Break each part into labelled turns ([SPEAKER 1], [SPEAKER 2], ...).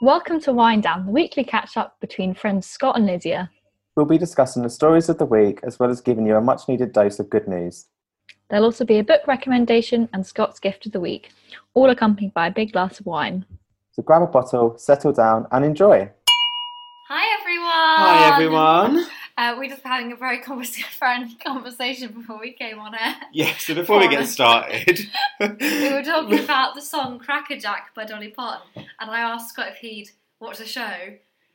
[SPEAKER 1] Welcome to Wind Down, the weekly catch up between friends Scott and Lydia.
[SPEAKER 2] We'll be discussing the stories of the week as well as giving you a much needed dose of good news.
[SPEAKER 1] There'll also be a book recommendation and Scott's gift of the week, all accompanied by a big glass of wine.
[SPEAKER 2] So grab a bottle, settle down, and enjoy.
[SPEAKER 3] Hi everyone. Um,
[SPEAKER 4] Hi everyone.
[SPEAKER 3] Uh, we just were having a very convers- friendly conversation before we came on air.
[SPEAKER 4] Yeah, so before we get started,
[SPEAKER 3] We were talking about the song "Crackerjack" by Dolly Parton, and I asked Scott if he'd watched the show.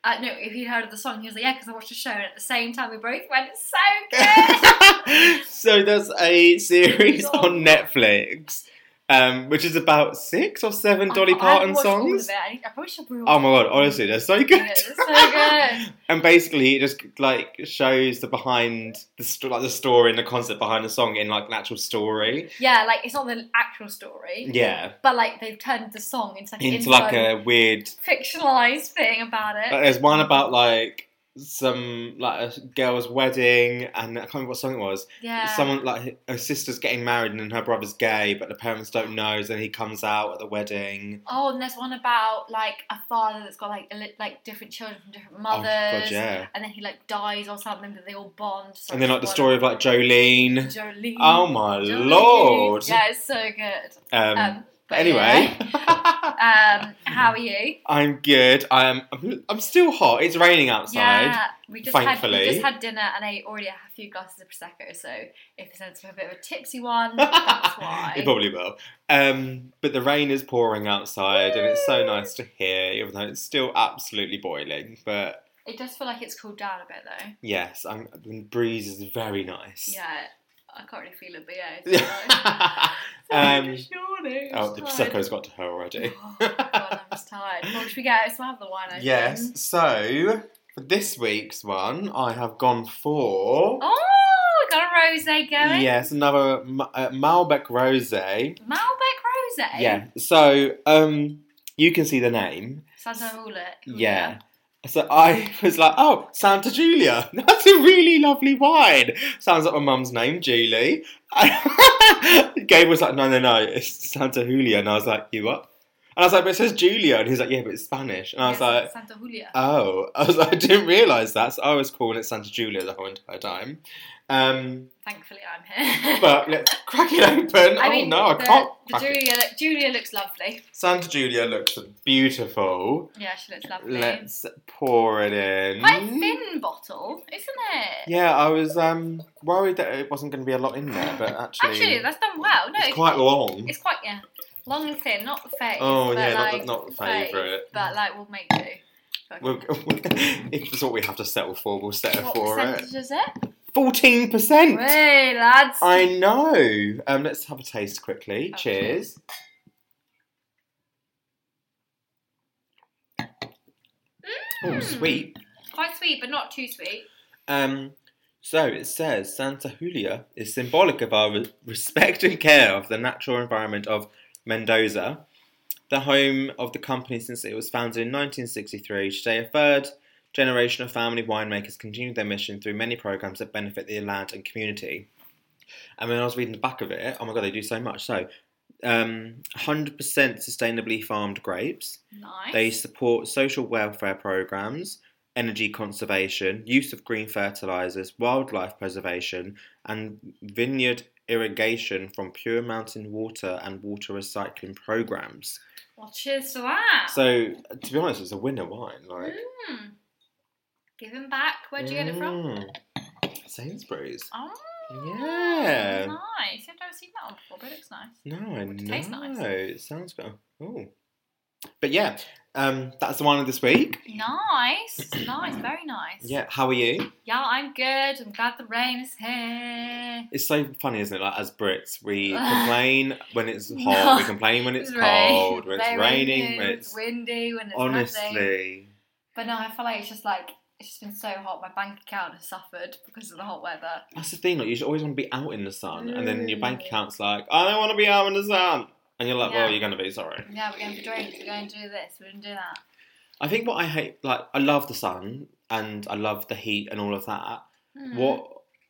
[SPEAKER 3] Uh, no, if he'd heard of the song, he was like, "Yeah, because I watched the show." And at the same time, we both went, "It's so good."
[SPEAKER 4] so there's a series on Netflix, um, which is about six or seven Dolly
[SPEAKER 3] I- I
[SPEAKER 4] Parton
[SPEAKER 3] watched all of
[SPEAKER 4] songs.
[SPEAKER 3] it. I I probably should
[SPEAKER 4] Oh my god, honestly, they're so good.
[SPEAKER 3] It's so good.
[SPEAKER 4] and basically, it just like shows the behind the st- like the story and the concept behind the song in like an actual story.
[SPEAKER 3] Yeah, like it's not the actual story,
[SPEAKER 4] Yeah,
[SPEAKER 3] but like they've turned the song into like,
[SPEAKER 4] into
[SPEAKER 3] into
[SPEAKER 4] like a Uh, weird
[SPEAKER 3] fictionalized thing about it.
[SPEAKER 4] Like, there's one about like some like a girl's wedding, and I can't remember what song it was.
[SPEAKER 3] yeah.
[SPEAKER 4] Someone like her sister's getting married, and then her brother's gay, but the parents don't know. So then he comes out at the wedding.
[SPEAKER 3] Oh, and there's one about like a father that's got like a li- like different children from different mothers,
[SPEAKER 4] Oh god, yeah.
[SPEAKER 3] and then he like dies or something, but they all bond. So
[SPEAKER 4] And then
[SPEAKER 3] it's
[SPEAKER 4] like the
[SPEAKER 3] one
[SPEAKER 4] story of like Jolene.
[SPEAKER 3] Jolene.
[SPEAKER 4] Oh my
[SPEAKER 3] Jolene.
[SPEAKER 4] lord.
[SPEAKER 3] Yeah, it's so good.
[SPEAKER 4] Um,
[SPEAKER 3] Um,
[SPEAKER 4] but
[SPEAKER 3] but
[SPEAKER 4] anyway,
[SPEAKER 3] yeah. um, how are you?
[SPEAKER 4] I'm good. I'm, I'm I'm still hot. It's raining outside.
[SPEAKER 3] Yeah, we just had
[SPEAKER 4] thankfully.
[SPEAKER 3] we just had dinner, and I already had a few glasses of prosecco. So if it sounds like a bit of a tipsy one, that's why.
[SPEAKER 4] it probably will. Um, but the rain is pouring outside, and it's so nice to hear, even though it's still absolutely boiling. But
[SPEAKER 3] It does feel like it's cooled down a bit though.
[SPEAKER 4] yes, I'm, the breeze is very nice.
[SPEAKER 3] Yeah, I can't really feel it, but yeah. It's nice.
[SPEAKER 4] um,
[SPEAKER 3] Sorry, just yawning, I'm
[SPEAKER 4] oh, the
[SPEAKER 3] tired.
[SPEAKER 4] prosecco's got to her already.
[SPEAKER 3] Oh, God, I'm just tired. Well, should we get a smell of the wine? I think?
[SPEAKER 4] yes. So for this week's one, I have gone for
[SPEAKER 3] Oh, got a rosé going.
[SPEAKER 4] yes another Ma- uh, Malbec rosé.
[SPEAKER 3] Malbec rosé.
[SPEAKER 4] Yeah. So um, you can see the name.
[SPEAKER 3] Santa Julia.
[SPEAKER 4] Yeah. So I was like, oh, Santa Julia. That's a really lovely wine. Sounds like my mum's name, Julie. Gabe was like, no, no, no, it's Santa Julia. And I was like, you what? And I was like, but it says Julia. And he's like, yeah, but it's Spanish. And I was
[SPEAKER 3] Yes,
[SPEAKER 4] like,
[SPEAKER 3] Santa Julia.
[SPEAKER 4] oh. I was like, I didn't realise that. So I was calling it Santa Julia the whole entire time. Um,
[SPEAKER 3] Thankfully, I'm here.
[SPEAKER 4] but let's crack it open.
[SPEAKER 3] I
[SPEAKER 4] oh,
[SPEAKER 3] mean,
[SPEAKER 4] no, I
[SPEAKER 3] the,
[SPEAKER 4] can't.
[SPEAKER 3] The
[SPEAKER 4] crack it.
[SPEAKER 3] Julia, Julia looks lovely.
[SPEAKER 4] Santa Julia looks beautiful.
[SPEAKER 3] Yeah, she looks lovely.
[SPEAKER 4] Let's pour it in.
[SPEAKER 3] Quite a thin bottle, isn't it?
[SPEAKER 4] Yeah, I was um, worried that it wasn't going to be a lot in there, but actually,
[SPEAKER 3] Actually, that's done well. No,
[SPEAKER 4] it's quite long.
[SPEAKER 3] It's quite yeah, long and thin, not the fave.
[SPEAKER 4] Oh,
[SPEAKER 3] but
[SPEAKER 4] yeah, not the-
[SPEAKER 3] like,
[SPEAKER 4] not the
[SPEAKER 3] fave,
[SPEAKER 4] favourite.
[SPEAKER 3] But like, we'll make do.
[SPEAKER 4] We'll, if it's what we have to settle for, we'll settle
[SPEAKER 3] what
[SPEAKER 4] for it.
[SPEAKER 3] percentage is it?
[SPEAKER 4] Fourteen percent.
[SPEAKER 3] Hey, lads.
[SPEAKER 4] I know. Um, let's have a taste quickly.
[SPEAKER 3] Oh,
[SPEAKER 4] Cheers. Oh,
[SPEAKER 3] Mm.
[SPEAKER 4] sweet.
[SPEAKER 3] Quite sweet, but not too sweet.
[SPEAKER 4] Um, so it says Santa Julia is symbolic of our re- respect and care of the natural environment of Mendoza, the home of the company since it was founded in 1963. Today, a third generation of family winemakers continue their mission through many programs that benefit the land and community. And when I was reading the back of it, oh my god, they do so much. So, um, 100% sustainably farmed grapes.
[SPEAKER 3] Nice.
[SPEAKER 4] They support social welfare programs, energy conservation, use of green fertilizers, wildlife preservation, and vineyard irrigation from pure mountain water and water recycling programs.
[SPEAKER 3] Well, cheers to that.
[SPEAKER 4] So, to be honest, it's a winner wine. Like,
[SPEAKER 3] Mm. Give him back. Where'd you get it from?
[SPEAKER 4] Mm. Sainsbury's.
[SPEAKER 3] Oh,
[SPEAKER 4] Yeah.
[SPEAKER 3] Nice. I've never seen that one before, but it looks nice.
[SPEAKER 4] No, I
[SPEAKER 3] Would
[SPEAKER 4] know.
[SPEAKER 3] taste nice.
[SPEAKER 4] It sounds good. Oh, but yeah, um, that's the wine of this week.
[SPEAKER 3] Nice. nice. Very nice.
[SPEAKER 4] Mm. Yeah, how are you?
[SPEAKER 3] Yeah, I'm good. I'm glad the rain is here.
[SPEAKER 4] It's so funny, isn't it? Like as Brits, we complain when it's hot, we complain when it's
[SPEAKER 3] rain-
[SPEAKER 4] cold, when it's
[SPEAKER 3] very
[SPEAKER 4] raining, when
[SPEAKER 3] windy,
[SPEAKER 4] it's
[SPEAKER 3] windy, when it's nothing.
[SPEAKER 4] honestly.
[SPEAKER 3] But no, I feel like it's just like it's just been so hot. My bank account has suffered because of the hot weather.
[SPEAKER 4] That's the thing. Like you should always want to be out in the sun, and then your
[SPEAKER 3] Mm.
[SPEAKER 4] bank account's like, I don't want to be out in the sun, and you're like,
[SPEAKER 3] Yeah.
[SPEAKER 4] well, you're gonna be sorry.
[SPEAKER 3] Yeah, we're going for drinks. We're going to do this. We're going to do that.
[SPEAKER 4] I think what I hate, like, I love the sun and I love the heat and all of that.
[SPEAKER 3] Mm.
[SPEAKER 4] What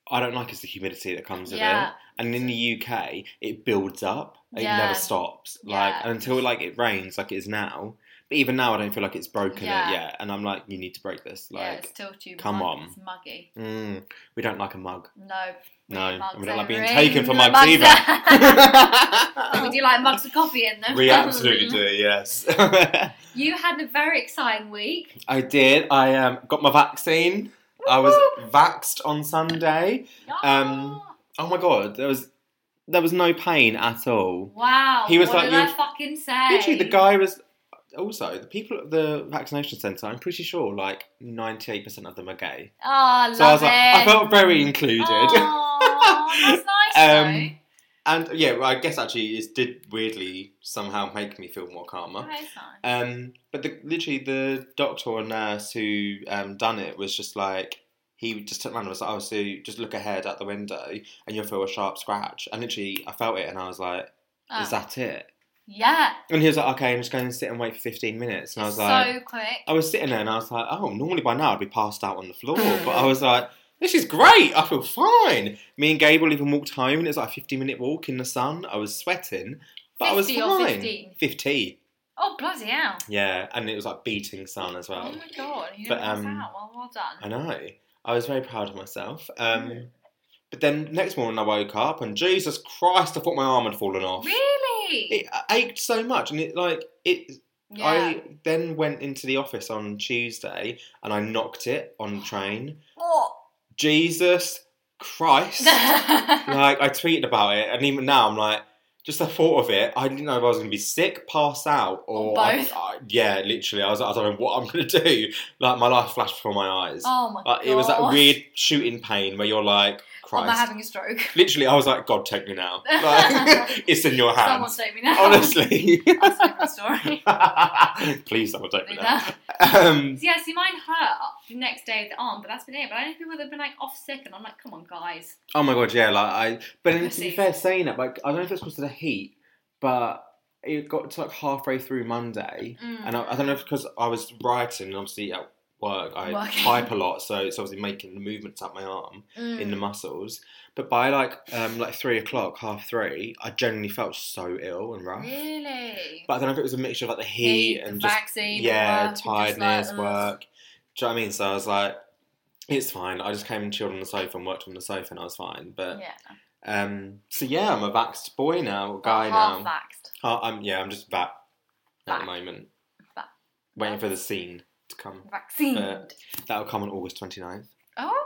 [SPEAKER 4] I don't like is the humidity that comes with it.
[SPEAKER 3] Yeah.
[SPEAKER 4] and in the UK it builds up. It
[SPEAKER 3] Yeah.
[SPEAKER 4] never stops. Like
[SPEAKER 3] Yeah.
[SPEAKER 4] until like it rains, like it is now. But even now, I don't feel like it's broken
[SPEAKER 3] Yeah.
[SPEAKER 4] it yet. And I'm like, you need to break this.
[SPEAKER 3] yeah, it's
[SPEAKER 4] Like,
[SPEAKER 3] still too
[SPEAKER 4] come
[SPEAKER 3] mug-
[SPEAKER 4] on.
[SPEAKER 3] It's muggy.
[SPEAKER 4] mm, we don't like a mug.
[SPEAKER 3] No. we
[SPEAKER 4] No,
[SPEAKER 3] need mugs
[SPEAKER 4] we don't like being
[SPEAKER 3] every-
[SPEAKER 4] taken for
[SPEAKER 3] No,
[SPEAKER 4] mugs
[SPEAKER 3] And we
[SPEAKER 4] either.
[SPEAKER 3] do like mugs of coffee in them.
[SPEAKER 4] we absolutely do, yes.
[SPEAKER 3] You had a very exciting week.
[SPEAKER 4] I did. I um, got my vaccine. I was
[SPEAKER 3] Woo!
[SPEAKER 4] vaxxed on Sunday. Um,
[SPEAKER 3] Ah,
[SPEAKER 4] Oh my god, there was there was no pain at all.
[SPEAKER 3] wow.
[SPEAKER 4] he was
[SPEAKER 3] what
[SPEAKER 4] like,
[SPEAKER 3] did I
[SPEAKER 4] you-
[SPEAKER 3] fucking say?
[SPEAKER 4] Literally, the guy was. Also, the people at the vaccination centre, I'm pretty sure, like 98% of them are gay.
[SPEAKER 3] Oh, I love Oh,
[SPEAKER 4] So I was like,
[SPEAKER 3] it.
[SPEAKER 4] I felt very included.
[SPEAKER 3] Aw, that's nice
[SPEAKER 4] Um,
[SPEAKER 3] though.
[SPEAKER 4] And yeah, well, I guess actually it did weirdly somehow make me feel more calmer.
[SPEAKER 3] That is nice.
[SPEAKER 4] Um, but the, literally, the doctor or nurse who um, done it was just like, he just turned around and was like, oh, so just look ahead out the window and you'll feel a sharp scratch. And literally, I felt it and I was like,
[SPEAKER 3] Oh.
[SPEAKER 4] is that it?
[SPEAKER 3] Yeah.
[SPEAKER 4] And he was like, okay, I'm just going to sit and wait for 15 minutes. And I was
[SPEAKER 3] so
[SPEAKER 4] like,
[SPEAKER 3] quick.
[SPEAKER 4] I was sitting there and I was like, oh, normally by now I'd be passed out on the floor. but I was like, this is great. I feel fine. Me and Gabriel even walked home and it was like a 50 minute walk in the sun. I was sweating, but I was
[SPEAKER 3] 50 or
[SPEAKER 4] fine.
[SPEAKER 3] 15?
[SPEAKER 4] 50.
[SPEAKER 3] Oh bloody hell!
[SPEAKER 4] Yeah. And it was like beating sun as
[SPEAKER 3] Oh
[SPEAKER 4] well.
[SPEAKER 3] my god! You
[SPEAKER 4] But,
[SPEAKER 3] but, um,
[SPEAKER 4] um,
[SPEAKER 3] out. Well, well done.
[SPEAKER 4] I know. I was very proud of myself.
[SPEAKER 3] Mm.
[SPEAKER 4] Um, but then next morning I woke up and Jesus Christ, I thought my arm had fallen off.
[SPEAKER 3] Really?
[SPEAKER 4] It uh, ached so much and it like, it
[SPEAKER 3] yeah.
[SPEAKER 4] I then went into the office on Tuesday and I knocked it on the train.
[SPEAKER 3] Oh.
[SPEAKER 4] Jesus Christ. like I tweeted about it and even now I'm like, just the thought of it, I didn't know if I was going to be sick, pass out, or,
[SPEAKER 3] Or both.
[SPEAKER 4] I, I- yeah, literally, I was, I don't know what I'm going to do. Like my life flashed before my eyes.
[SPEAKER 3] oh my
[SPEAKER 4] Like,
[SPEAKER 3] god! Oh,
[SPEAKER 4] it was that weird shooting pain where you're like,
[SPEAKER 3] Am I
[SPEAKER 4] Christ.
[SPEAKER 3] having a stroke?
[SPEAKER 4] literally, I was like, God, take me now. Like, it's in your
[SPEAKER 3] Someone
[SPEAKER 4] hands.
[SPEAKER 3] save me now.
[SPEAKER 4] Honestly.
[SPEAKER 3] That's a different story.
[SPEAKER 4] Please, someone take me now.
[SPEAKER 3] Yeah.
[SPEAKER 4] Um,
[SPEAKER 3] Yeah, see, mine hurt the next day of the arm, but that's been it. But I know people that have been like off sick, and I'm like, come on, guys.
[SPEAKER 4] Oh my god, yeah, like I. But then, to be
[SPEAKER 3] Pussies.
[SPEAKER 4] fair, saying that, like I don't know if it's because of the heat, but it got to like halfway through Monday,
[SPEAKER 3] Mm.
[SPEAKER 4] and I, I don't know if because I was writing and obviously at work I
[SPEAKER 3] Working.
[SPEAKER 4] type a lot, so it's obviously making the movements up my arm
[SPEAKER 3] Mm.
[SPEAKER 4] in the muscles. But by like um like three o'clock, half three, I generally felt so ill and rough.
[SPEAKER 3] Mm. Really?
[SPEAKER 4] But I don't know if it was a mixture of like the heat,
[SPEAKER 3] Heat, the
[SPEAKER 4] and just
[SPEAKER 3] vaccine,
[SPEAKER 4] yeah,
[SPEAKER 3] work, and just, like,
[SPEAKER 4] tiredness,
[SPEAKER 3] ugh.
[SPEAKER 4] work. Do you know what I mean? So I was like, it's fine. I just came and chilled on the sofa and worked on the sofa and I was fine. But
[SPEAKER 3] Yeah.
[SPEAKER 4] um, so yeah, I'm a vaxxed boy now, or guy
[SPEAKER 3] Half
[SPEAKER 4] now.
[SPEAKER 3] vaxxed.
[SPEAKER 4] Ha- I'm yeah, I'm just vax at
[SPEAKER 3] Vax.
[SPEAKER 4] the moment,
[SPEAKER 3] Vax.
[SPEAKER 4] waiting for the scene to come.
[SPEAKER 3] Vaccine.
[SPEAKER 4] But- That'll come on August 29th.
[SPEAKER 3] oh.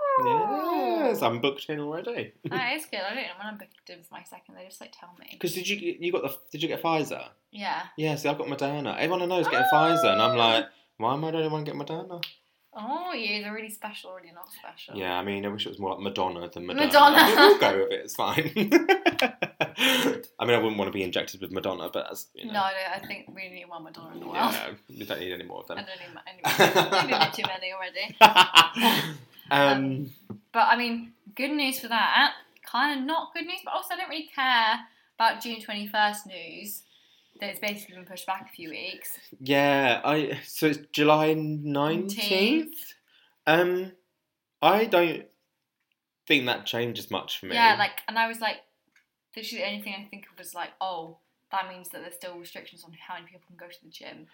[SPEAKER 4] Yes, I'm booked in already.
[SPEAKER 3] That is good. I don't know when I'm booked in for my second. They just like tell me.
[SPEAKER 4] Because did you you got the did you get Pfizer?
[SPEAKER 3] Yeah.
[SPEAKER 4] Yeah, see, I've got Moderna. Everyone I know is getting
[SPEAKER 3] Oh.
[SPEAKER 4] Pfizer, and I'm like, why am I the only one getting Moderna?
[SPEAKER 3] Oh, yeah, they're really special, really not special.
[SPEAKER 4] Yeah, I mean, I wish it was more like Madonna than Madonna.
[SPEAKER 3] Madonna.
[SPEAKER 4] we'll go with it. It's fine. I mean, I wouldn't want to be injected with Madonna, but that's you know,
[SPEAKER 3] No, I, don't, I think we need one Madonna in the world.
[SPEAKER 4] yeah, we don't need any more of
[SPEAKER 3] I
[SPEAKER 4] them.
[SPEAKER 3] don't need anyway. Maybe a bit too many already.
[SPEAKER 4] um,
[SPEAKER 3] But I mean, good news for that. Kind of not good news, but also I don't really care about June 21st news that it's basically been pushed back a few weeks.
[SPEAKER 4] yeah, I so it's July 19th. Um, I don't think that changes much for me.
[SPEAKER 3] Yeah, like, and I was like, literally the only thing I think of was like, oh, that means that there's still restrictions on how many people can go to the gym.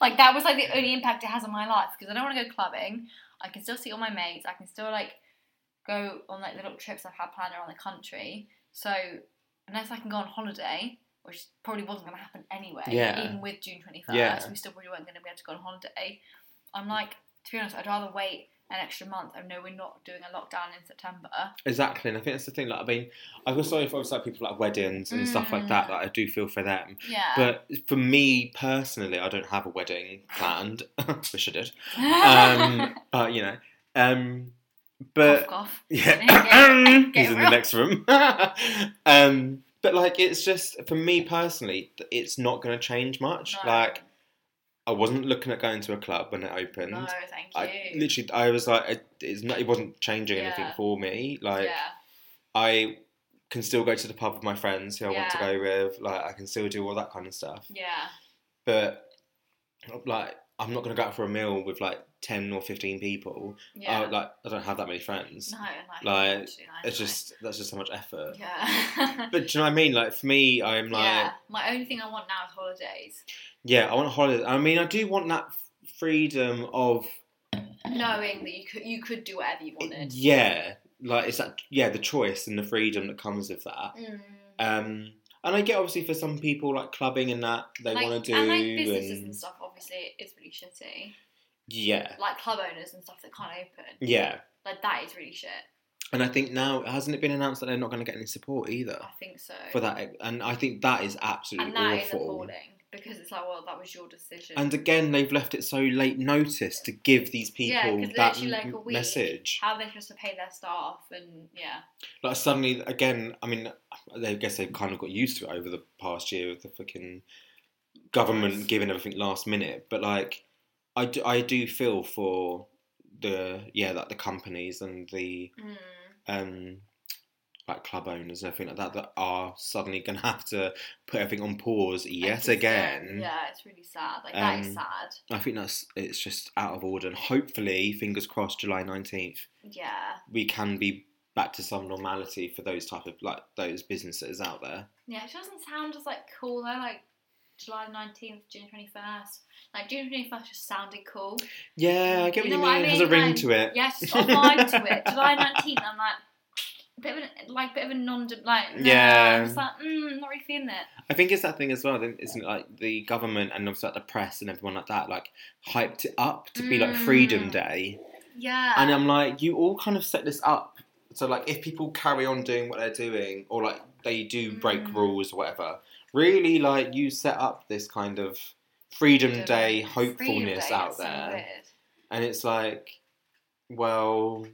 [SPEAKER 3] Like that was like the only impact it has on my life because I don't want to go clubbing. I can still see all my mates. I can still like go on like the little trips I've had planned around the country. So unless I can go on holiday, which probably wasn't going to happen anyway,
[SPEAKER 4] Yeah.
[SPEAKER 3] even with June twenty first,
[SPEAKER 4] Yeah.
[SPEAKER 3] we still probably weren't going to be able to go on holiday. I'm like, to be honest, I'd rather wait an extra month. I know we're not doing a lockdown in September.
[SPEAKER 4] Exactly, and I think that's the thing. Like, I mean, I feel sorry for obviously like people at weddings and stuff like
[SPEAKER 3] Mm.
[SPEAKER 4] that. Like, I do feel for them.
[SPEAKER 3] Yeah.
[SPEAKER 4] But for me personally, I don't have a wedding planned. Wish I did. Um, but you know, um,
[SPEAKER 3] cough,
[SPEAKER 4] but
[SPEAKER 3] cough.
[SPEAKER 4] yeah, he's in the
[SPEAKER 3] Gabriel.
[SPEAKER 4] next room. um, but like, it's just for me personally, th- it's not going to change much.
[SPEAKER 3] No.
[SPEAKER 4] Like, I wasn't looking at going to a club when it opened.
[SPEAKER 3] No, thank you.
[SPEAKER 4] I literally, I was like, it, it's not, it wasn't changing anything
[SPEAKER 3] Yeah.
[SPEAKER 4] for me. Like,
[SPEAKER 3] yeah.
[SPEAKER 4] I can still go to the pub with my friends who I want to
[SPEAKER 3] Yeah.
[SPEAKER 4] go with. Like, I can still do all that kind of stuff
[SPEAKER 3] Yeah.
[SPEAKER 4] but like I'm not going to go out for a meal with like 10 or 15 people.
[SPEAKER 3] Yeah.
[SPEAKER 4] I, like, I don't have that many friends.
[SPEAKER 3] no, no,
[SPEAKER 4] like,
[SPEAKER 3] actually, no,
[SPEAKER 4] It's
[SPEAKER 3] no.
[SPEAKER 4] just, that's just so much effort.
[SPEAKER 3] Yeah.
[SPEAKER 4] But do you know what I mean? Like, for me, I'm like,
[SPEAKER 3] yeah. My only thing I want now is holidays.
[SPEAKER 4] yeah, I want a holiday. I mean, I do want that f- freedom of
[SPEAKER 3] Knowing that you could you could do whatever you wanted.
[SPEAKER 4] Yeah, like it's that yeah the choice and the freedom that comes with that.
[SPEAKER 3] Mm.
[SPEAKER 4] Um, and I get obviously for some people like clubbing and that they
[SPEAKER 3] like,
[SPEAKER 4] want to do
[SPEAKER 3] and like businesses and...
[SPEAKER 4] and-
[SPEAKER 3] stuff. Obviously, it's really shitty.
[SPEAKER 4] yeah,
[SPEAKER 3] Like club owners and stuff that can't open.
[SPEAKER 4] yeah.
[SPEAKER 3] Like that is really shit.
[SPEAKER 4] And I think now hasn't it been announced that they're not going to get any support either
[SPEAKER 3] I think so.
[SPEAKER 4] for that? e-, And I think that is absolutely
[SPEAKER 3] and that is
[SPEAKER 4] awful.
[SPEAKER 3] appalling because it's like, well, that was your decision.
[SPEAKER 4] And again, they've left it so late notice to give these people
[SPEAKER 3] Yeah, 'cause
[SPEAKER 4] that
[SPEAKER 3] literally, like, a
[SPEAKER 4] m-
[SPEAKER 3] week.
[SPEAKER 4] message.
[SPEAKER 3] how they're supposed to pay their staff and yeah,
[SPEAKER 4] Like suddenly, again, I mean, I guess they kind of got used to it over the past year with the fucking government
[SPEAKER 3] Yes.
[SPEAKER 4] giving everything last minute. But like, I do, I do feel for the yeah, like the companies and the
[SPEAKER 3] mm.
[SPEAKER 4] um like club owners and everything like that that are suddenly going to have to put everything on pause
[SPEAKER 3] And
[SPEAKER 4] yet
[SPEAKER 3] just, yeah,
[SPEAKER 4] again.
[SPEAKER 3] Yeah, it's really sad. Like that is
[SPEAKER 4] Um,
[SPEAKER 3] sad.
[SPEAKER 4] I think that's it's just out of order. And hopefully, fingers crossed, July nineteenth,
[SPEAKER 3] Yeah,
[SPEAKER 4] we can be back to some normality for those type of like those businesses out there.
[SPEAKER 3] yeah. It doesn't sound as like cool though. Like July nineteenth, June twenty first. Like June twenty first just sounded cool.
[SPEAKER 4] Yeah, I get what you,
[SPEAKER 3] know
[SPEAKER 4] mean. It has a ring
[SPEAKER 3] Like,
[SPEAKER 4] to it.
[SPEAKER 3] Yes, it's got a vibe to it. July nineteenth, I'm like. Bit of an, like bit of a non like nah,
[SPEAKER 4] Yeah.
[SPEAKER 3] I'm just like mm, not really feeling it.
[SPEAKER 4] I think it's that thing as well, then, isn't it? Like the government and also like the press and everyone like that, like hyped it up to be like Freedom
[SPEAKER 3] Mm.
[SPEAKER 4] Day,
[SPEAKER 3] Yeah,
[SPEAKER 4] and I'm like, you all kind of set this up. So like, if people carry on doing what they're doing, or like they do break
[SPEAKER 3] Mm.
[SPEAKER 4] rules or whatever, really like you set up this kind of Freedom Day
[SPEAKER 3] Freedom
[SPEAKER 4] hopefulness
[SPEAKER 3] Day,
[SPEAKER 4] out
[SPEAKER 3] it's so
[SPEAKER 4] there.
[SPEAKER 3] weird.
[SPEAKER 4] and it's like, well,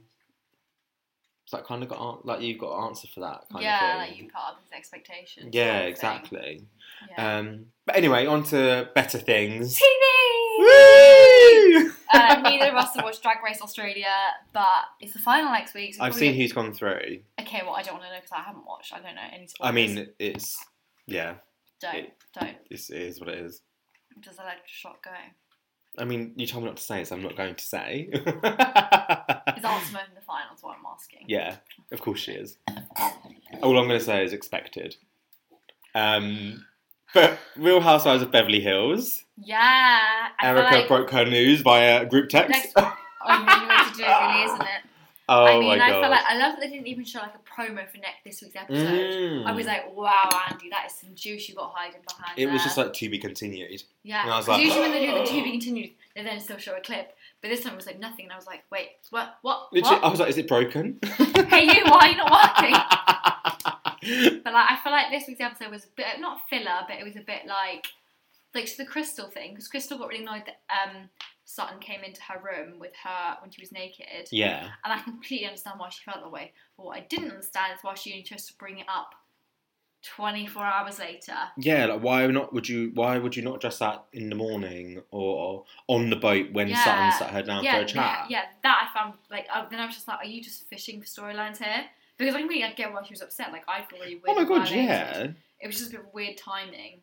[SPEAKER 4] it's like kind of got an- like you've got to answer for that kind
[SPEAKER 3] yeah,
[SPEAKER 4] of
[SPEAKER 3] like
[SPEAKER 4] thing.
[SPEAKER 3] you put up these expectations.
[SPEAKER 4] yeah,
[SPEAKER 3] sort of thing.
[SPEAKER 4] exactly.
[SPEAKER 3] Yeah.
[SPEAKER 4] Um, but anyway, on to better things.
[SPEAKER 3] TV.
[SPEAKER 4] Woo!
[SPEAKER 3] uh, neither of us have watched Drag Race Australia, but it's the final next week. So
[SPEAKER 4] I've
[SPEAKER 3] probably-
[SPEAKER 4] seen who's gone through.
[SPEAKER 3] Okay, well, I don't want to know because I haven't watched. I don't know any.
[SPEAKER 4] I
[SPEAKER 3] Spoilers.
[SPEAKER 4] mean, it's yeah,
[SPEAKER 3] don't don't.
[SPEAKER 4] it's, it is what it is.
[SPEAKER 3] Does electroshock go?
[SPEAKER 4] I mean, you told me not to say it, so I'm not going to say.
[SPEAKER 3] Is Ultima in the finals? What I'm asking.
[SPEAKER 4] yeah, of course she is. All I'm going to say is expected. Um, but Real Housewives of Beverly Hills.
[SPEAKER 3] Yeah. I feel
[SPEAKER 4] Erica
[SPEAKER 3] like
[SPEAKER 4] broke her news via group text.
[SPEAKER 3] Next, oh, the only way to do it really, isn't it?
[SPEAKER 4] oh
[SPEAKER 3] I mean,
[SPEAKER 4] my
[SPEAKER 3] I
[SPEAKER 4] god!
[SPEAKER 3] feel like I love that they didn't even show like a promo for next this week's episode.
[SPEAKER 4] Mm.
[SPEAKER 3] I was like, wow, Andy, that is some juice you got hiding behind.
[SPEAKER 4] it was
[SPEAKER 3] there.
[SPEAKER 4] just like to be continued.
[SPEAKER 3] Yeah,
[SPEAKER 4] And I was
[SPEAKER 3] 'cause
[SPEAKER 4] like-
[SPEAKER 3] usually when they do the to be continued, they then still show a clip. But this time it was like nothing, and I was like, wait, what? What?
[SPEAKER 4] Literally, I
[SPEAKER 3] what?
[SPEAKER 4] was like, "Is it broken?"
[SPEAKER 3] hey, you, why are you not working? but like, I feel like this week's episode was a bit not filler, but it was a bit like like so the Crystal thing because Crystal got really annoyed that um Sutton came into her room with her when she was naked,
[SPEAKER 4] yeah,
[SPEAKER 3] and I completely understand why she felt that way. But what I didn't understand is why she only chose to bring it up 24 hours later.
[SPEAKER 4] yeah. Like, why not? Would you? Why would you not dress that in the morning or on the boat when
[SPEAKER 3] Yeah.
[SPEAKER 4] Sutton sat her down for a chat?
[SPEAKER 3] Yeah, that I found like uh, then I was just like, are you just fishing for storylines here? Because I really I get why she was upset. Like I feel really weird.
[SPEAKER 4] Oh my god!
[SPEAKER 3] violated.
[SPEAKER 4] Yeah,
[SPEAKER 3] It was just a bit of weird timing.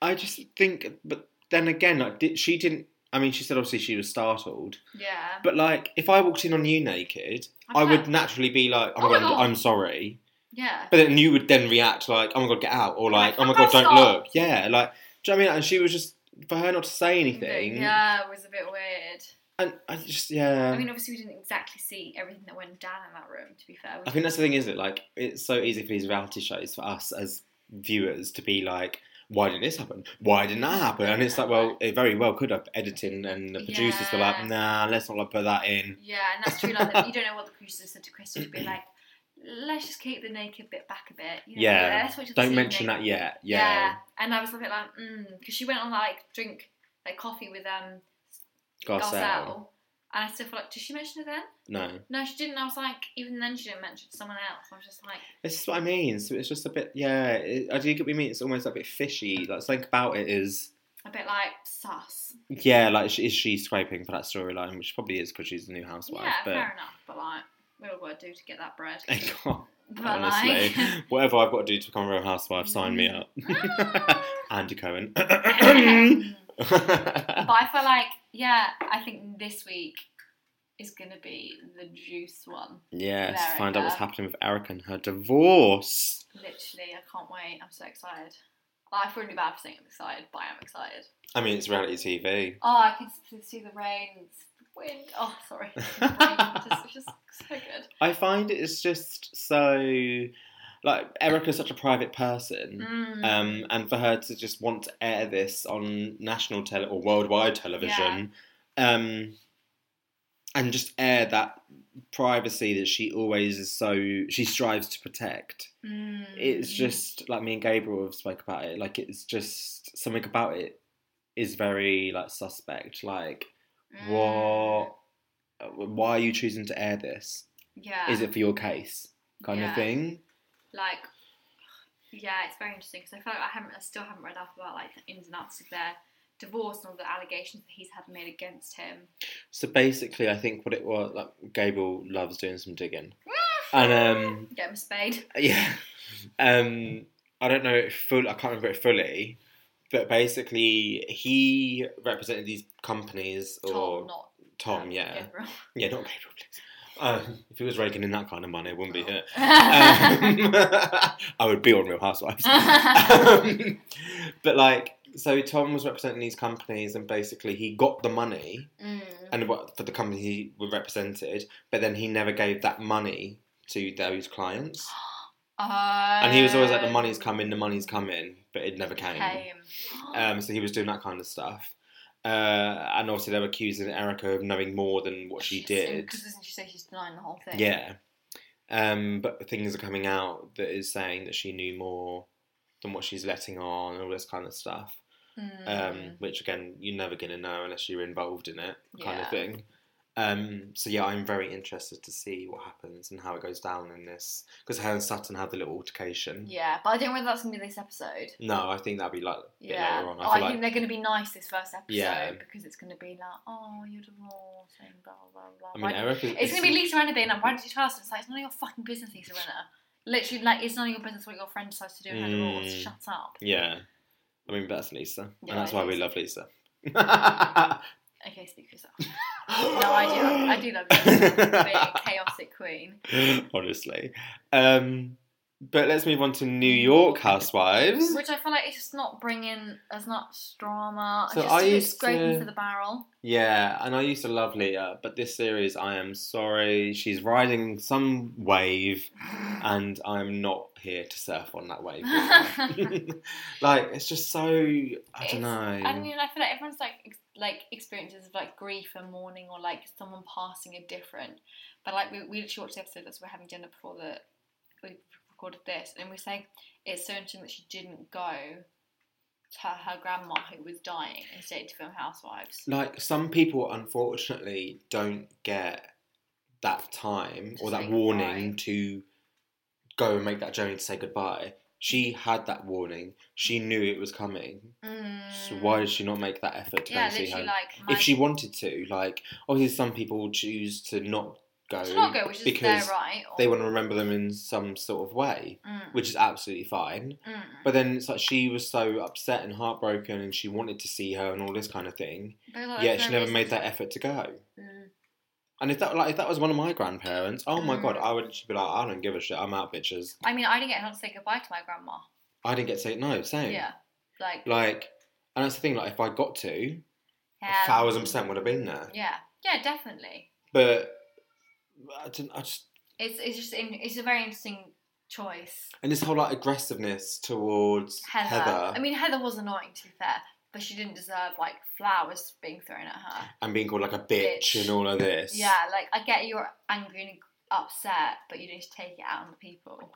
[SPEAKER 4] I just think, but then again, like, did, she didn't. I mean, she said obviously she was startled,
[SPEAKER 3] Yeah.
[SPEAKER 4] but like, if I walked in on you naked,
[SPEAKER 3] I'm
[SPEAKER 4] I would
[SPEAKER 3] fine.
[SPEAKER 4] naturally be like,
[SPEAKER 3] Oh
[SPEAKER 4] "Oh my
[SPEAKER 3] my
[SPEAKER 4] god,
[SPEAKER 3] God.
[SPEAKER 4] I'm sorry."
[SPEAKER 3] Yeah.
[SPEAKER 4] But then you would then react like, "Oh my god, get out," or like,
[SPEAKER 3] Like,
[SPEAKER 4] "Oh my
[SPEAKER 3] "Oh,
[SPEAKER 4] god, don't
[SPEAKER 3] stop."
[SPEAKER 4] look." Yeah, like, do you know what I mean? And she was just for her not to say anything. Um,
[SPEAKER 3] Yeah, it was a bit weird.
[SPEAKER 4] And I just yeah.
[SPEAKER 3] I mean, obviously, we didn't exactly see everything that went down in that room. To be fair,
[SPEAKER 4] I think that's the thing, isn't it? Like, it's so easy for these reality shows for us as viewers to be like, why didn't this happen? Why didn't that happen? And it's like, well, it very well could have. Editing and the producers were
[SPEAKER 3] Yeah.
[SPEAKER 4] like, nah, let's not put that in.
[SPEAKER 3] yeah, and that's true. Like, that you don't know what the producers said to Crystal. She'd be like, let's just keep the naked bit back a bit. You know,
[SPEAKER 4] Yeah.
[SPEAKER 3] let's wait till the
[SPEAKER 4] Don't
[SPEAKER 3] scene
[SPEAKER 4] mention
[SPEAKER 3] naked.
[SPEAKER 4] that yet. Yeah.
[SPEAKER 3] And I was a bit like, mm, because she went on like drink, like coffee with um
[SPEAKER 4] Garcelle.
[SPEAKER 3] Garcelle. And I still feel like, did she mention it then?
[SPEAKER 4] No.
[SPEAKER 3] No, she didn't. I was like, even then she didn't mention it to someone else. I was just like,
[SPEAKER 4] This is what I mean. So it's just a bit, yeah. It, I do get what you mean. It's almost a bit fishy. Like, something about it is,
[SPEAKER 3] a bit like sus.
[SPEAKER 4] yeah, like, is she scraping for that storyline? Which probably is because she's the new housewife.
[SPEAKER 3] yeah,
[SPEAKER 4] but.
[SPEAKER 3] fair enough. But like, we all got to do to get that bread.
[SPEAKER 4] I can't.
[SPEAKER 3] But
[SPEAKER 4] Honestly,
[SPEAKER 3] like,
[SPEAKER 4] whatever I've got to do to become a real housewife, sign me up. Andy Cohen.
[SPEAKER 3] Mm. But I feel like, yeah, I think this week is gonna be the juice one.
[SPEAKER 4] yes,
[SPEAKER 3] America.
[SPEAKER 4] find out what's happening with Erica and her divorce.
[SPEAKER 3] Literally, I can't wait. I'm so excited. I feel really bad for saying I'm excited, but I am excited.
[SPEAKER 4] I mean, it's reality TV.
[SPEAKER 3] Oh, I can s- see the rain, it's the wind. Oh, sorry. It's just, it's just so good.
[SPEAKER 4] I find it's just so like Erica's such a private person.
[SPEAKER 3] Mm.
[SPEAKER 4] Um, and for her to just want to air this on national tele or worldwide television, um, and just air that privacy that she always is so she strives to protect.
[SPEAKER 3] Mm.
[SPEAKER 4] It's just like me and Gabriel have spoke about it. Like it's just something about it is very like suspect. Like
[SPEAKER 3] Mm.
[SPEAKER 4] what? uh, Why are you choosing to air this?
[SPEAKER 3] Yeah.
[SPEAKER 4] Is it for your case? Kind
[SPEAKER 3] Yeah.
[SPEAKER 4] of thing.
[SPEAKER 3] like yeah it's very interesting because i feel like i haven't I still haven't read up about like the ins and outs of their divorce and all the allegations that he's had made against him
[SPEAKER 4] So basically, I think what it was like Gabriel loves doing some digging, and um,
[SPEAKER 3] get him a spade
[SPEAKER 4] yeah, um, I don't know it full. I can't remember it fully, but basically, he represented these companies or
[SPEAKER 3] tom not
[SPEAKER 4] Tom,
[SPEAKER 3] um,
[SPEAKER 4] yeah, yeah,
[SPEAKER 3] Gabriel.
[SPEAKER 4] not Gabriel. Please. Um, if he was raking in that kind of money, it wouldn't be here. Um, I would be on Real Housewives. Um, but like, so Tom was representing these companies, and basically, he got the money
[SPEAKER 3] Mm.
[SPEAKER 4] and what for the company he were represented, but then he never gave that money to those clients. And he was always like, "The money's coming, the money's coming," but it never came.
[SPEAKER 3] Oh. came
[SPEAKER 4] Um, so he was doing that kind of stuff, uh, and obviously they were accusing Erica of knowing more than what she did.
[SPEAKER 3] because doesn't she say she's denying the whole thing
[SPEAKER 4] Yeah, um, but things are coming out that is saying that she knew more than what she's letting on, and all this kind of stuff.
[SPEAKER 3] Mm.
[SPEAKER 4] um, which again you're never gonna know unless you're involved in it, kind
[SPEAKER 3] Yeah.
[SPEAKER 4] of thing. Um, so yeah, I'm very interested to see what happens and how it goes down in this because her and Sutton have the little altercation.
[SPEAKER 3] yeah but i don't know whether that's gonna be this episode
[SPEAKER 4] No, I think that'd be like a bit
[SPEAKER 3] yeah,
[SPEAKER 4] later on.
[SPEAKER 3] Oh,
[SPEAKER 4] I
[SPEAKER 3] I,
[SPEAKER 4] feel like
[SPEAKER 3] think they're going to be nice this first episode
[SPEAKER 4] Yeah.
[SPEAKER 3] because it's going to be like, oh, you're divorced and blah blah blah.
[SPEAKER 4] I
[SPEAKER 3] Why
[SPEAKER 4] mean Erica.
[SPEAKER 3] It's gonna be Lisa Renner being like, why did you tell us? It's like it's none of your fucking business, Lisa Renner. Literally, like it's none of your business what your friend decides to do in her
[SPEAKER 4] Mm.
[SPEAKER 3] divorce. Shut up.
[SPEAKER 4] Yeah, I mean that's Lisa,
[SPEAKER 3] Yeah,
[SPEAKER 4] and that's
[SPEAKER 3] it
[SPEAKER 4] why we
[SPEAKER 3] is.
[SPEAKER 4] love Lisa. no
[SPEAKER 3] Okay, speak for yourself. No, I do. Love, I do love you. Being a chaotic queen.
[SPEAKER 4] Honestly, um, but let's move on to New York Housewives.
[SPEAKER 3] Which I feel like it's just not bringing as much drama.
[SPEAKER 4] So
[SPEAKER 3] just
[SPEAKER 4] I
[SPEAKER 3] it's
[SPEAKER 4] used
[SPEAKER 3] scraping
[SPEAKER 4] to-
[SPEAKER 3] for the barrel.
[SPEAKER 4] Yeah, and I used to love Leah, but this series, I am sorry, she's riding some wave, and I'm not here to surf on that wave. with her. like, it's just so I
[SPEAKER 3] It's-
[SPEAKER 4] don't know.
[SPEAKER 3] I mean, I feel like everyone's like ex- like experiences of like grief and mourning or like someone passing are different. But like we, we literally watched the episode that's we're having dinner before the we recorded this, and we're saying it's so interesting that she didn't go to her grandma who was dying and stayed to film Housewives.
[SPEAKER 4] like some people, unfortunately, don't get that time
[SPEAKER 3] To
[SPEAKER 4] or
[SPEAKER 3] say
[SPEAKER 4] that
[SPEAKER 3] goodbye.
[SPEAKER 4] warning to go and make that journey to say goodbye. She had that warning. She knew it was coming. So why did she not make that effort to go
[SPEAKER 3] Mm. Yeah,
[SPEAKER 4] and see her?
[SPEAKER 3] literally like my,
[SPEAKER 4] if she wanted to. Like, obviously, some people choose to not go,
[SPEAKER 3] to not go, which is their
[SPEAKER 4] because
[SPEAKER 3] right. Or,
[SPEAKER 4] they want to remember them in some sort of way,
[SPEAKER 3] Mm,
[SPEAKER 4] which is absolutely fine.
[SPEAKER 3] mm.
[SPEAKER 4] But then it's like she was so upset and heartbroken, and she wanted to see her and all this kind of thing.
[SPEAKER 3] But, like,
[SPEAKER 4] yet
[SPEAKER 3] there's
[SPEAKER 4] she
[SPEAKER 3] no
[SPEAKER 4] never
[SPEAKER 3] reason
[SPEAKER 4] made
[SPEAKER 3] to-
[SPEAKER 4] that effort to go.
[SPEAKER 3] Mm.
[SPEAKER 4] And if that like if that was one of my grandparents, oh my
[SPEAKER 3] Mm.
[SPEAKER 4] god, I would just be like, I don't give a shit. I'm out, bitches.
[SPEAKER 3] I mean, I didn't get enough to say goodbye to my grandma.
[SPEAKER 4] I didn't get to say no. Same.
[SPEAKER 3] Yeah, like,
[SPEAKER 4] Like, and that's the thing. Like, if I got to,
[SPEAKER 3] yeah.
[SPEAKER 4] a thousand percent would have been there.
[SPEAKER 3] Yeah, yeah, definitely.
[SPEAKER 4] But I, didn't, I just
[SPEAKER 3] It's it's just in, it's a very interesting choice.
[SPEAKER 4] And this whole like aggressiveness towards
[SPEAKER 3] Heather.
[SPEAKER 4] Heather.
[SPEAKER 3] I mean, Heather was annoying to be fair, but she didn't deserve like flowers being thrown at her.
[SPEAKER 4] and being called like a bitch,
[SPEAKER 3] Bitch.
[SPEAKER 4] and all of this.
[SPEAKER 3] Yeah, like I get you're angry and upset, but you need to take it out on the people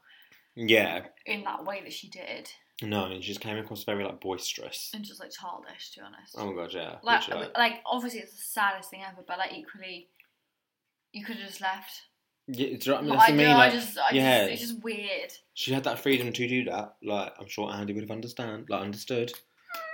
[SPEAKER 4] Yeah.
[SPEAKER 3] in that way that she did,
[SPEAKER 4] No, and she just came across very like boisterous.
[SPEAKER 3] and just like childish, to be honest.
[SPEAKER 4] Oh my god, yeah.
[SPEAKER 3] like, uh,
[SPEAKER 4] literally.
[SPEAKER 3] like obviously it's the saddest thing ever, but like equally, you could have just left.
[SPEAKER 4] yeah, do you know what I mean?
[SPEAKER 3] But
[SPEAKER 4] That's
[SPEAKER 3] I
[SPEAKER 4] what I mean,
[SPEAKER 3] know, I
[SPEAKER 4] Like,
[SPEAKER 3] just, I
[SPEAKER 4] yeah.
[SPEAKER 3] just, it's just weird.
[SPEAKER 4] she had that freedom to do that. Like, I'm sure Andy would have understand, like, understood.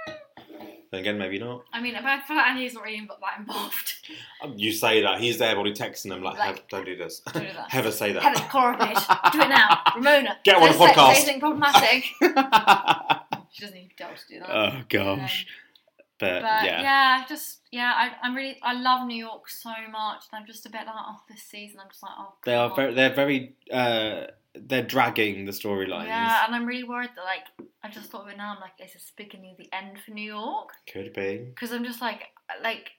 [SPEAKER 4] Then again, maybe not.
[SPEAKER 3] I mean, but I feel like Andy's not really inv- that involved.
[SPEAKER 4] Um, You say that he's there, but he's texting them like,
[SPEAKER 3] Like,
[SPEAKER 4] "Hev- "Don't do this."
[SPEAKER 3] don't do that.
[SPEAKER 4] Heather, say
[SPEAKER 3] Heather Coronage, do it now. Ramona.
[SPEAKER 4] Get her on
[SPEAKER 3] say-
[SPEAKER 4] the podcast.
[SPEAKER 3] Say something problematic.
[SPEAKER 4] that.
[SPEAKER 3] she doesn't even be able to do that.
[SPEAKER 4] oh gosh. But,
[SPEAKER 3] Um, But
[SPEAKER 4] yeah.
[SPEAKER 3] yeah. just yeah, I, I'm really I love New York so much, and I'm just a bit like, oh, this season, I'm just like, oh,
[SPEAKER 4] they are
[SPEAKER 3] God.
[SPEAKER 4] very, they're very, uh, they're dragging the storylines.
[SPEAKER 3] Yeah, and I'm really worried that like I just thought of it now. I'm like, is this beginning of the end for New York?
[SPEAKER 4] Could be.
[SPEAKER 3] Because I'm just like, like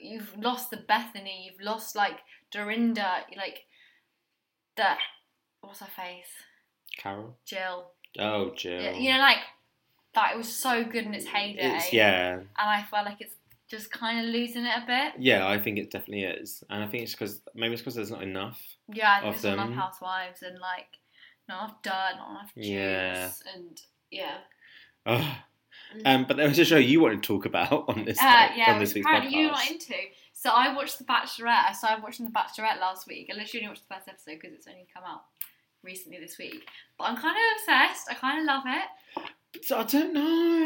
[SPEAKER 3] you've lost the Bethany, you've lost like Dorinda, you like the what's her face,
[SPEAKER 4] Carol.
[SPEAKER 3] Jill.
[SPEAKER 4] Oh, Jill.
[SPEAKER 3] Yeah, you know, eh? like that. It was so good in its heyday,
[SPEAKER 4] It's, yeah,
[SPEAKER 3] and I felt like it's just kind of losing it a bit.
[SPEAKER 4] yeah. I think it definitely is, and I think it's because maybe it's because there's not enough.
[SPEAKER 3] Yeah, I
[SPEAKER 4] Of
[SPEAKER 3] think there's not
[SPEAKER 4] them.
[SPEAKER 3] enough housewives and like not enough dirt, not enough juice,
[SPEAKER 4] Yeah.
[SPEAKER 3] and yeah.
[SPEAKER 4] Ugh. Um, but there was a show you wanted to talk about on this
[SPEAKER 3] Mm. Uh,
[SPEAKER 4] on
[SPEAKER 3] yeah,
[SPEAKER 4] this
[SPEAKER 3] which
[SPEAKER 4] week's
[SPEAKER 3] apparently you're not
[SPEAKER 4] podcast.
[SPEAKER 3] into. So I watched The Bachelorette. So I'm watching The Bachelorette last week. I literally only watched the first episode because it's only come out recently this week. But I'm kind of obsessed. I kind of love it.
[SPEAKER 4] So I don't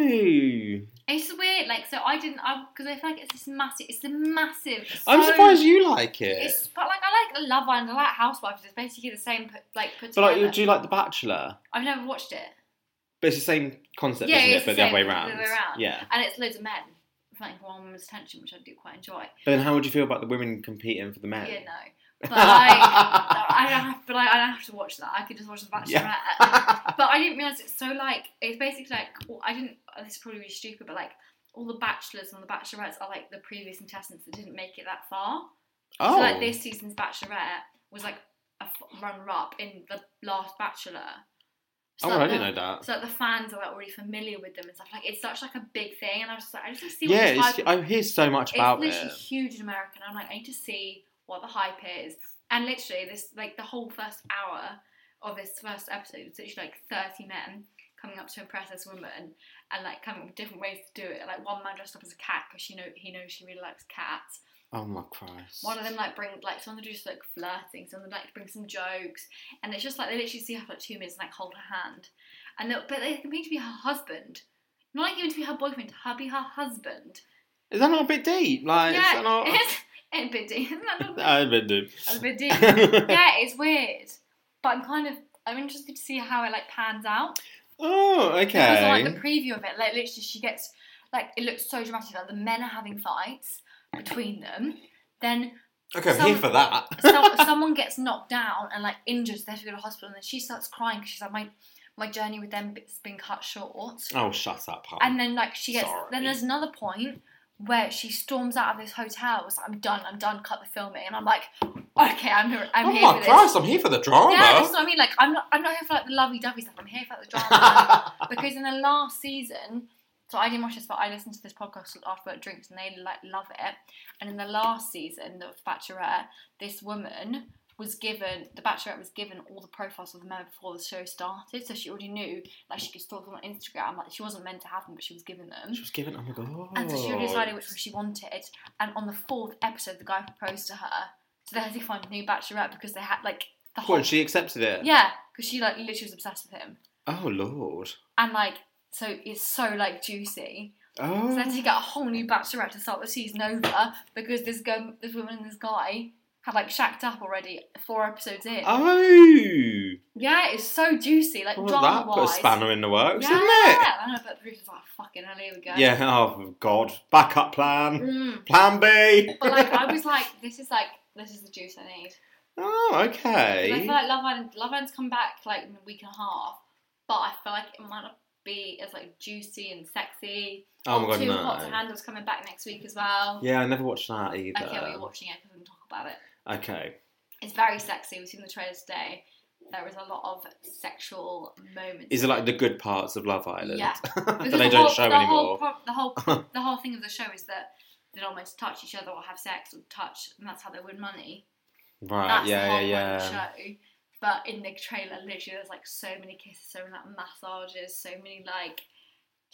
[SPEAKER 4] know.
[SPEAKER 3] It's weird. Like, so I didn't, because I, feel like it's this massive, it's a massive.
[SPEAKER 4] I'm
[SPEAKER 3] so-
[SPEAKER 4] surprised you like it.
[SPEAKER 3] It's, but like, I like Love Island. I like Housewives. It's basically the same, put, like, put
[SPEAKER 4] But like,
[SPEAKER 3] together.
[SPEAKER 4] do you like The Bachelor?
[SPEAKER 3] I've never watched it.
[SPEAKER 4] But it's the same concept,
[SPEAKER 3] Yeah,
[SPEAKER 4] isn't
[SPEAKER 3] it's
[SPEAKER 4] it? But
[SPEAKER 3] the
[SPEAKER 4] the other way
[SPEAKER 3] same, but the
[SPEAKER 4] around.
[SPEAKER 3] other way round.
[SPEAKER 4] Yeah.
[SPEAKER 3] And it's loads of men. Like, one woman's attention, which I do quite enjoy.
[SPEAKER 4] But then, how would you feel about the women competing for the men?
[SPEAKER 3] Yeah, no. But like. I don't have, but I, I don't have to watch that. I could just watch The Bachelorette.
[SPEAKER 4] Yeah.
[SPEAKER 3] But I didn't realize it's so like it's basically like well, I didn't. This is probably really stupid, but like all the bachelors and the bachelorettes are like the previous contestants that didn't make it that far.
[SPEAKER 4] oh,
[SPEAKER 3] So like this season's bachelorette was like a f- runner-up in the last Bachelor.
[SPEAKER 4] oh,
[SPEAKER 3] like,
[SPEAKER 4] I didn't
[SPEAKER 3] the-
[SPEAKER 4] know that.
[SPEAKER 3] So like, the fans are like already familiar with them and stuff. Like it's such like a big thing, and I was just like, I just want to see what
[SPEAKER 4] yeah,
[SPEAKER 3] the
[SPEAKER 4] it's,
[SPEAKER 3] hype-
[SPEAKER 4] I hear so much about
[SPEAKER 3] it's
[SPEAKER 4] it.
[SPEAKER 3] literally huge in America, and I'm like, I need to see what the hype is. And literally, this like the whole first hour of this first episode was literally like 30 men coming up to impress this woman and like coming up with different ways to do it. Like one man dressed up as a cat because she know he knows she really likes cats.
[SPEAKER 4] Oh my Christ.
[SPEAKER 3] One of them like bring like some of them do just like flirting, some of them like bring some jokes, and it's just like they literally see her for like two minutes and like hold her hand, and they but they compete to be her husband, not like even to be her boyfriend, to be her husband.
[SPEAKER 4] Is that not a bit deep? Like, is that not?
[SPEAKER 3] it's a bit deep. Isn't that not-
[SPEAKER 4] That is a bit deep.
[SPEAKER 3] a bit deep? yeah, it's weird, but I'm kind of I'm interested to see how it like pans out
[SPEAKER 4] oh,
[SPEAKER 3] because
[SPEAKER 4] okay.
[SPEAKER 3] like the preview of it, like literally she gets like it looks so dramatic. Like the men are having fights between them, then
[SPEAKER 4] okay, I'm
[SPEAKER 3] some-
[SPEAKER 4] here for that.
[SPEAKER 3] so, someone gets knocked down and like injured, so they have to go to hospital, and then she starts crying because she's like, my my journey with them has been cut short.
[SPEAKER 4] oh, shut up, hon.
[SPEAKER 3] And then like she gets,
[SPEAKER 4] Sorry.
[SPEAKER 3] then there's another point where she storms out of this hotel. Was like, I'm done, I'm done, cut the filming, and I'm like, okay, I'm here, I'm
[SPEAKER 4] oh
[SPEAKER 3] here
[SPEAKER 4] my
[SPEAKER 3] for
[SPEAKER 4] Christ,
[SPEAKER 3] this.
[SPEAKER 4] I'm here for the drama.
[SPEAKER 3] Yeah, that's what I mean. Like, I'm not, I'm not here for like the lovey-dovey stuff. I'm here for like, the drama because in the last season, so I didn't watch this, but I listened to this podcast called After Work Drinks, and they like love it. And in the last season, The Bachelorette, this woman was given the Bachelorette was given all the profiles of the men before the show started, so she already knew like she could stalk them on Instagram. Like she wasn't meant to have them, but she was given them.
[SPEAKER 4] she was given, oh my God.
[SPEAKER 3] And so she already decided which one she wanted. And on the fourth episode, the guy proposed to her, so they had to find a new Bachelorette because they had like the whole
[SPEAKER 4] What, she accepted it?
[SPEAKER 3] yeah, because she like literally was obsessed with him
[SPEAKER 4] Oh, Lord.
[SPEAKER 3] and like so it's so like juicy. So then
[SPEAKER 4] Oh.
[SPEAKER 3] you get a whole new bachelorette to start the season over because this go this woman and this guy had like shacked up already four episodes in.
[SPEAKER 4] Oh.
[SPEAKER 3] Yeah, it's so juicy, like
[SPEAKER 4] Well,
[SPEAKER 3] drama
[SPEAKER 4] that put a
[SPEAKER 3] wise.
[SPEAKER 4] spanner in the works,
[SPEAKER 3] yeah,
[SPEAKER 4] isn't it?
[SPEAKER 3] I know, but Bruce was like, "Fucking hell, here we go."
[SPEAKER 4] Yeah, oh God. Backup plan.
[SPEAKER 3] Mm.
[SPEAKER 4] Plan B.
[SPEAKER 3] But like, I was like, "This is like, this is the juice I need."
[SPEAKER 4] Oh,
[SPEAKER 3] 'Cause I
[SPEAKER 4] okay.
[SPEAKER 3] feel like Love Island, Love Island's come back like in a week and a half, but I feel like it might not be as like juicy and sexy.
[SPEAKER 4] Oh my God,
[SPEAKER 3] Two Hot to
[SPEAKER 4] no.
[SPEAKER 3] Handle's coming back next week as well.
[SPEAKER 4] Yeah, I never watched that either.
[SPEAKER 3] Okay, we're watching it because we can talk about it.
[SPEAKER 4] Okay.
[SPEAKER 3] It's very sexy. We've seen the trailer today. There is a lot of sexual moments.
[SPEAKER 4] Is it like the good parts of Love Island?
[SPEAKER 3] Yeah.
[SPEAKER 4] that
[SPEAKER 3] Because
[SPEAKER 4] they
[SPEAKER 3] the
[SPEAKER 4] don't
[SPEAKER 3] whole-
[SPEAKER 4] show
[SPEAKER 3] the Whole
[SPEAKER 4] anymore.
[SPEAKER 3] pro- the whole the whole thing of the show is that they'd almost touch each other or have sex or touch, and that's how they win money.
[SPEAKER 4] Right,
[SPEAKER 3] That's the
[SPEAKER 4] yeah,
[SPEAKER 3] whole
[SPEAKER 4] yeah,
[SPEAKER 3] point
[SPEAKER 4] yeah.
[SPEAKER 3] of the show. But in the trailer, literally, there's like so many kisses, so many like massages, so many like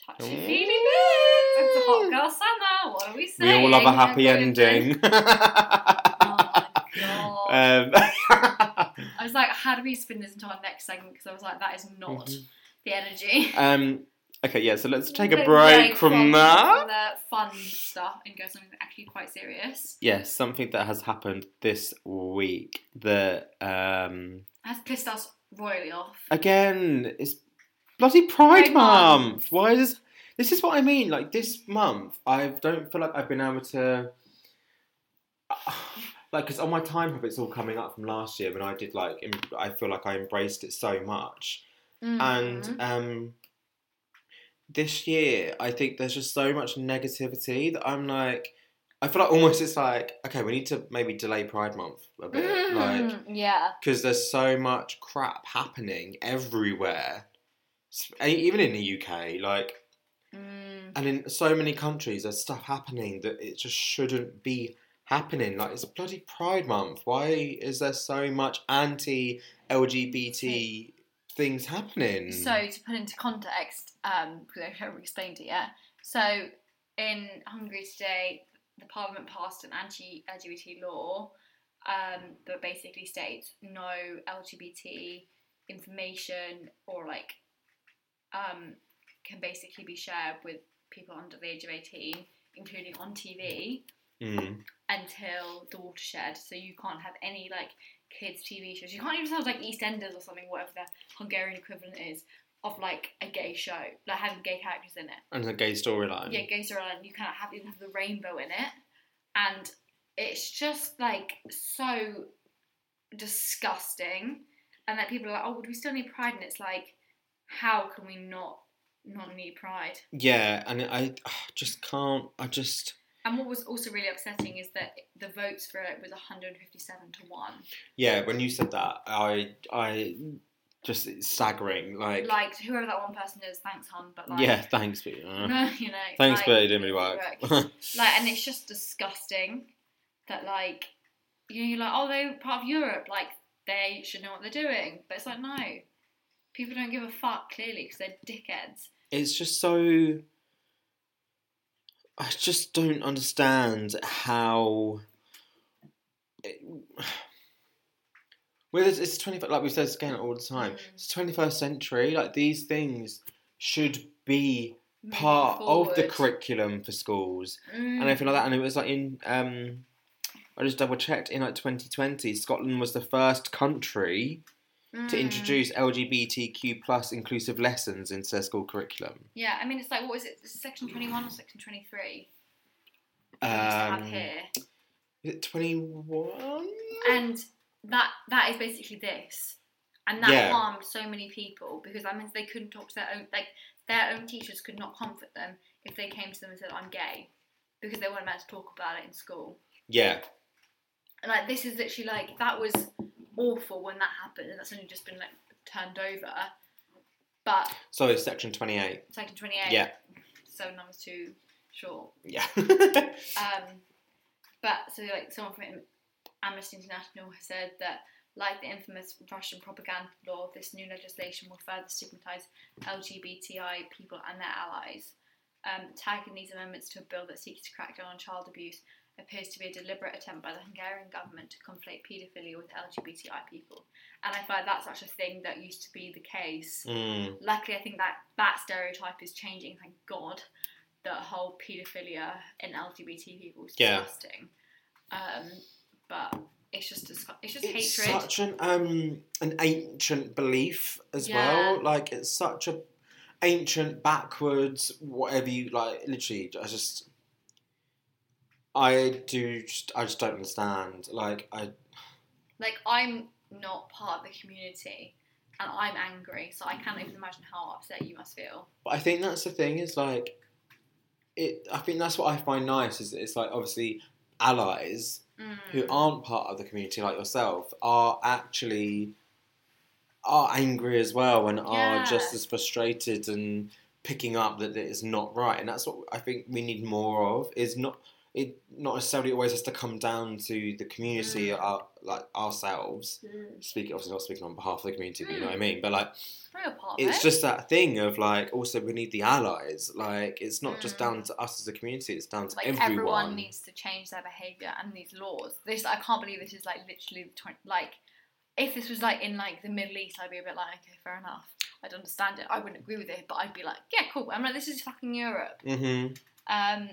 [SPEAKER 3] touchy feely bits. It's a hot girl summer. What are we
[SPEAKER 4] We
[SPEAKER 3] saying?
[SPEAKER 4] all love a happy
[SPEAKER 3] Everybody-
[SPEAKER 4] ending.
[SPEAKER 3] Oh my god.
[SPEAKER 4] um,
[SPEAKER 3] I was like, how do we spin this into our next segment? Because I was like, that is not
[SPEAKER 4] Mhm.
[SPEAKER 3] the energy.
[SPEAKER 4] um, okay, yeah, so let's take a
[SPEAKER 3] But
[SPEAKER 4] break
[SPEAKER 3] no,
[SPEAKER 4] from that.
[SPEAKER 3] the fun stuff and go to something actually quite serious.
[SPEAKER 4] Yes, something that has happened this week that um
[SPEAKER 3] Has pissed us royally off.
[SPEAKER 4] again it's bloody
[SPEAKER 3] Pride
[SPEAKER 4] Pride Month.
[SPEAKER 3] Month.
[SPEAKER 4] Why is this This is what I mean. Like this month, I don't feel like I've been able to. Like, because on my time hub, it's all coming up from last year when I did like. em- I feel like I embraced it so much,
[SPEAKER 3] Mm-hmm.
[SPEAKER 4] and um, this year I think there's just so much negativity that I'm like. I feel like almost it's like okay, we need to maybe delay Pride Month a bit, like
[SPEAKER 3] Mm, yeah.
[SPEAKER 4] because there's so much crap happening everywhere, S- e- even in the UK. Like,
[SPEAKER 3] Mm.
[SPEAKER 4] and in so many countries, there's stuff happening that it just shouldn't be happening. Like, it's bloody Pride Month. Why is there so much anti-LGBT things happening?
[SPEAKER 3] So to put into context, um, because I haven't explained it yet. So in Hungary today, the Parliament passed an anti-LGBT law um, that basically states no LGBT information or like um, can basically be shared with people under the age of eighteen, including on TV
[SPEAKER 4] Mm.
[SPEAKER 3] until the watershed. So you can't have any like kids TV shows. You can't even have like EastEnders or something, whatever the Hungarian equivalent is of like a gay show, like having gay characters in it.
[SPEAKER 4] and the gay storyline.
[SPEAKER 3] Yeah, gay storyline. You cannot have even have the rainbow in it, and it's just like so disgusting. And that people are like, oh, do we still need pride? And it's like, how can we not not need pride?
[SPEAKER 4] Yeah, and I ah, just can't. I just
[SPEAKER 3] And what was also really upsetting is that the votes for it was 157 to one.
[SPEAKER 4] yeah. When you said that, I I just it's staggering. Like,
[SPEAKER 3] like whoever that one person is, thanks, hun. But like,
[SPEAKER 4] yeah. Thanks, but
[SPEAKER 3] no, you know,
[SPEAKER 4] thanks,
[SPEAKER 3] like,
[SPEAKER 4] but it didn't really work.
[SPEAKER 3] work. like, and it's just disgusting that like you know, you're like, oh, they're part of Europe, like they should know what they're doing, but it's like no, people don't give a fuck clearly because they're dickheads.
[SPEAKER 4] it's just so I just don't understand how it, well it's, it's 25 like we said again all the time
[SPEAKER 3] Mm.
[SPEAKER 4] it's 21st century like these things should be
[SPEAKER 3] Moving
[SPEAKER 4] part of the
[SPEAKER 3] forward.
[SPEAKER 4] curriculum for schools
[SPEAKER 3] Mm.
[SPEAKER 4] and everything like that and it was like in um I just double checked in like 2020 Scotland was the first country to
[SPEAKER 3] Mm.
[SPEAKER 4] introduce LGBTQ plus inclusive lessons into their school curriculum
[SPEAKER 3] Yeah, I mean, it's like what was it? This is section 21 or section 23?
[SPEAKER 4] Um,
[SPEAKER 3] here.
[SPEAKER 4] Is it 21?
[SPEAKER 3] and that that is basically this and that
[SPEAKER 4] Yeah.
[SPEAKER 3] harmed so many people because that means they couldn't talk to their own like their own teachers could not comfort them if they came to them and said i'm gay because they weren't meant to talk about it in school
[SPEAKER 4] Yeah,
[SPEAKER 3] and like this is literally like that was awful when that happened and that's only just been like turned over but
[SPEAKER 4] so it's section 28.
[SPEAKER 3] section 28
[SPEAKER 4] Yeah.
[SPEAKER 3] seven numbers too short
[SPEAKER 4] Yeah.
[SPEAKER 3] Um, but so like someone from Amnesty International has said that like the infamous Russian propaganda law, this new legislation will further stigmatise LGBTI people and their allies. Um, tagging these amendments to a bill that seeks to crack down on child abuse appears to be a deliberate attempt by the Hungarian government to conflate paedophilia with LGBTI people. And I find that's such a thing that used to be the case
[SPEAKER 4] Mm,
[SPEAKER 3] luckily I think that that stereotype is changing. Thank God. The whole paedophilia in LGBT people is
[SPEAKER 4] Yeah.
[SPEAKER 3] disgusting. Um, but it's just disgu- it's just
[SPEAKER 4] it's
[SPEAKER 3] hatred.
[SPEAKER 4] such an um an ancient belief as
[SPEAKER 3] Yeah.
[SPEAKER 4] well. Like it's such a ancient backwards whatever you like. Literally, I just I do just I just don't understand. Like I
[SPEAKER 3] like I'm not part of the community, and I'm angry, so I can't even imagine how upset you must feel.
[SPEAKER 4] But I think that's the thing is like, it. I think that's what I find nice is it's like obviously allies
[SPEAKER 3] Mm.
[SPEAKER 4] who aren't part of the community like yourself are actually are angry as well and are
[SPEAKER 3] Yeah.
[SPEAKER 4] just as frustrated and picking up that it's not right and that's what I think we need more of is not it not necessarily always has to come down to the community
[SPEAKER 3] Mm.
[SPEAKER 4] our, like ourselves
[SPEAKER 3] Mm.
[SPEAKER 4] speaking obviously not speaking on behalf of the community but you know
[SPEAKER 3] Mm.
[SPEAKER 4] what I mean but like
[SPEAKER 3] We're a part of
[SPEAKER 4] it's
[SPEAKER 3] it.
[SPEAKER 4] just that thing of like also we need the allies like it's not just
[SPEAKER 3] Mm.
[SPEAKER 4] down to us as a community it's down to
[SPEAKER 3] like
[SPEAKER 4] everyone,
[SPEAKER 3] everyone needs to change their behavior and these laws. This I can't believe this is like literally the 20, like if this was like in like the Middle East, I'd be a bit like okay, fair enough. I'd understand it. I wouldn't agree with it, but I'd be like yeah, cool. I'm like this is fucking Europe.
[SPEAKER 4] hmm
[SPEAKER 3] Um,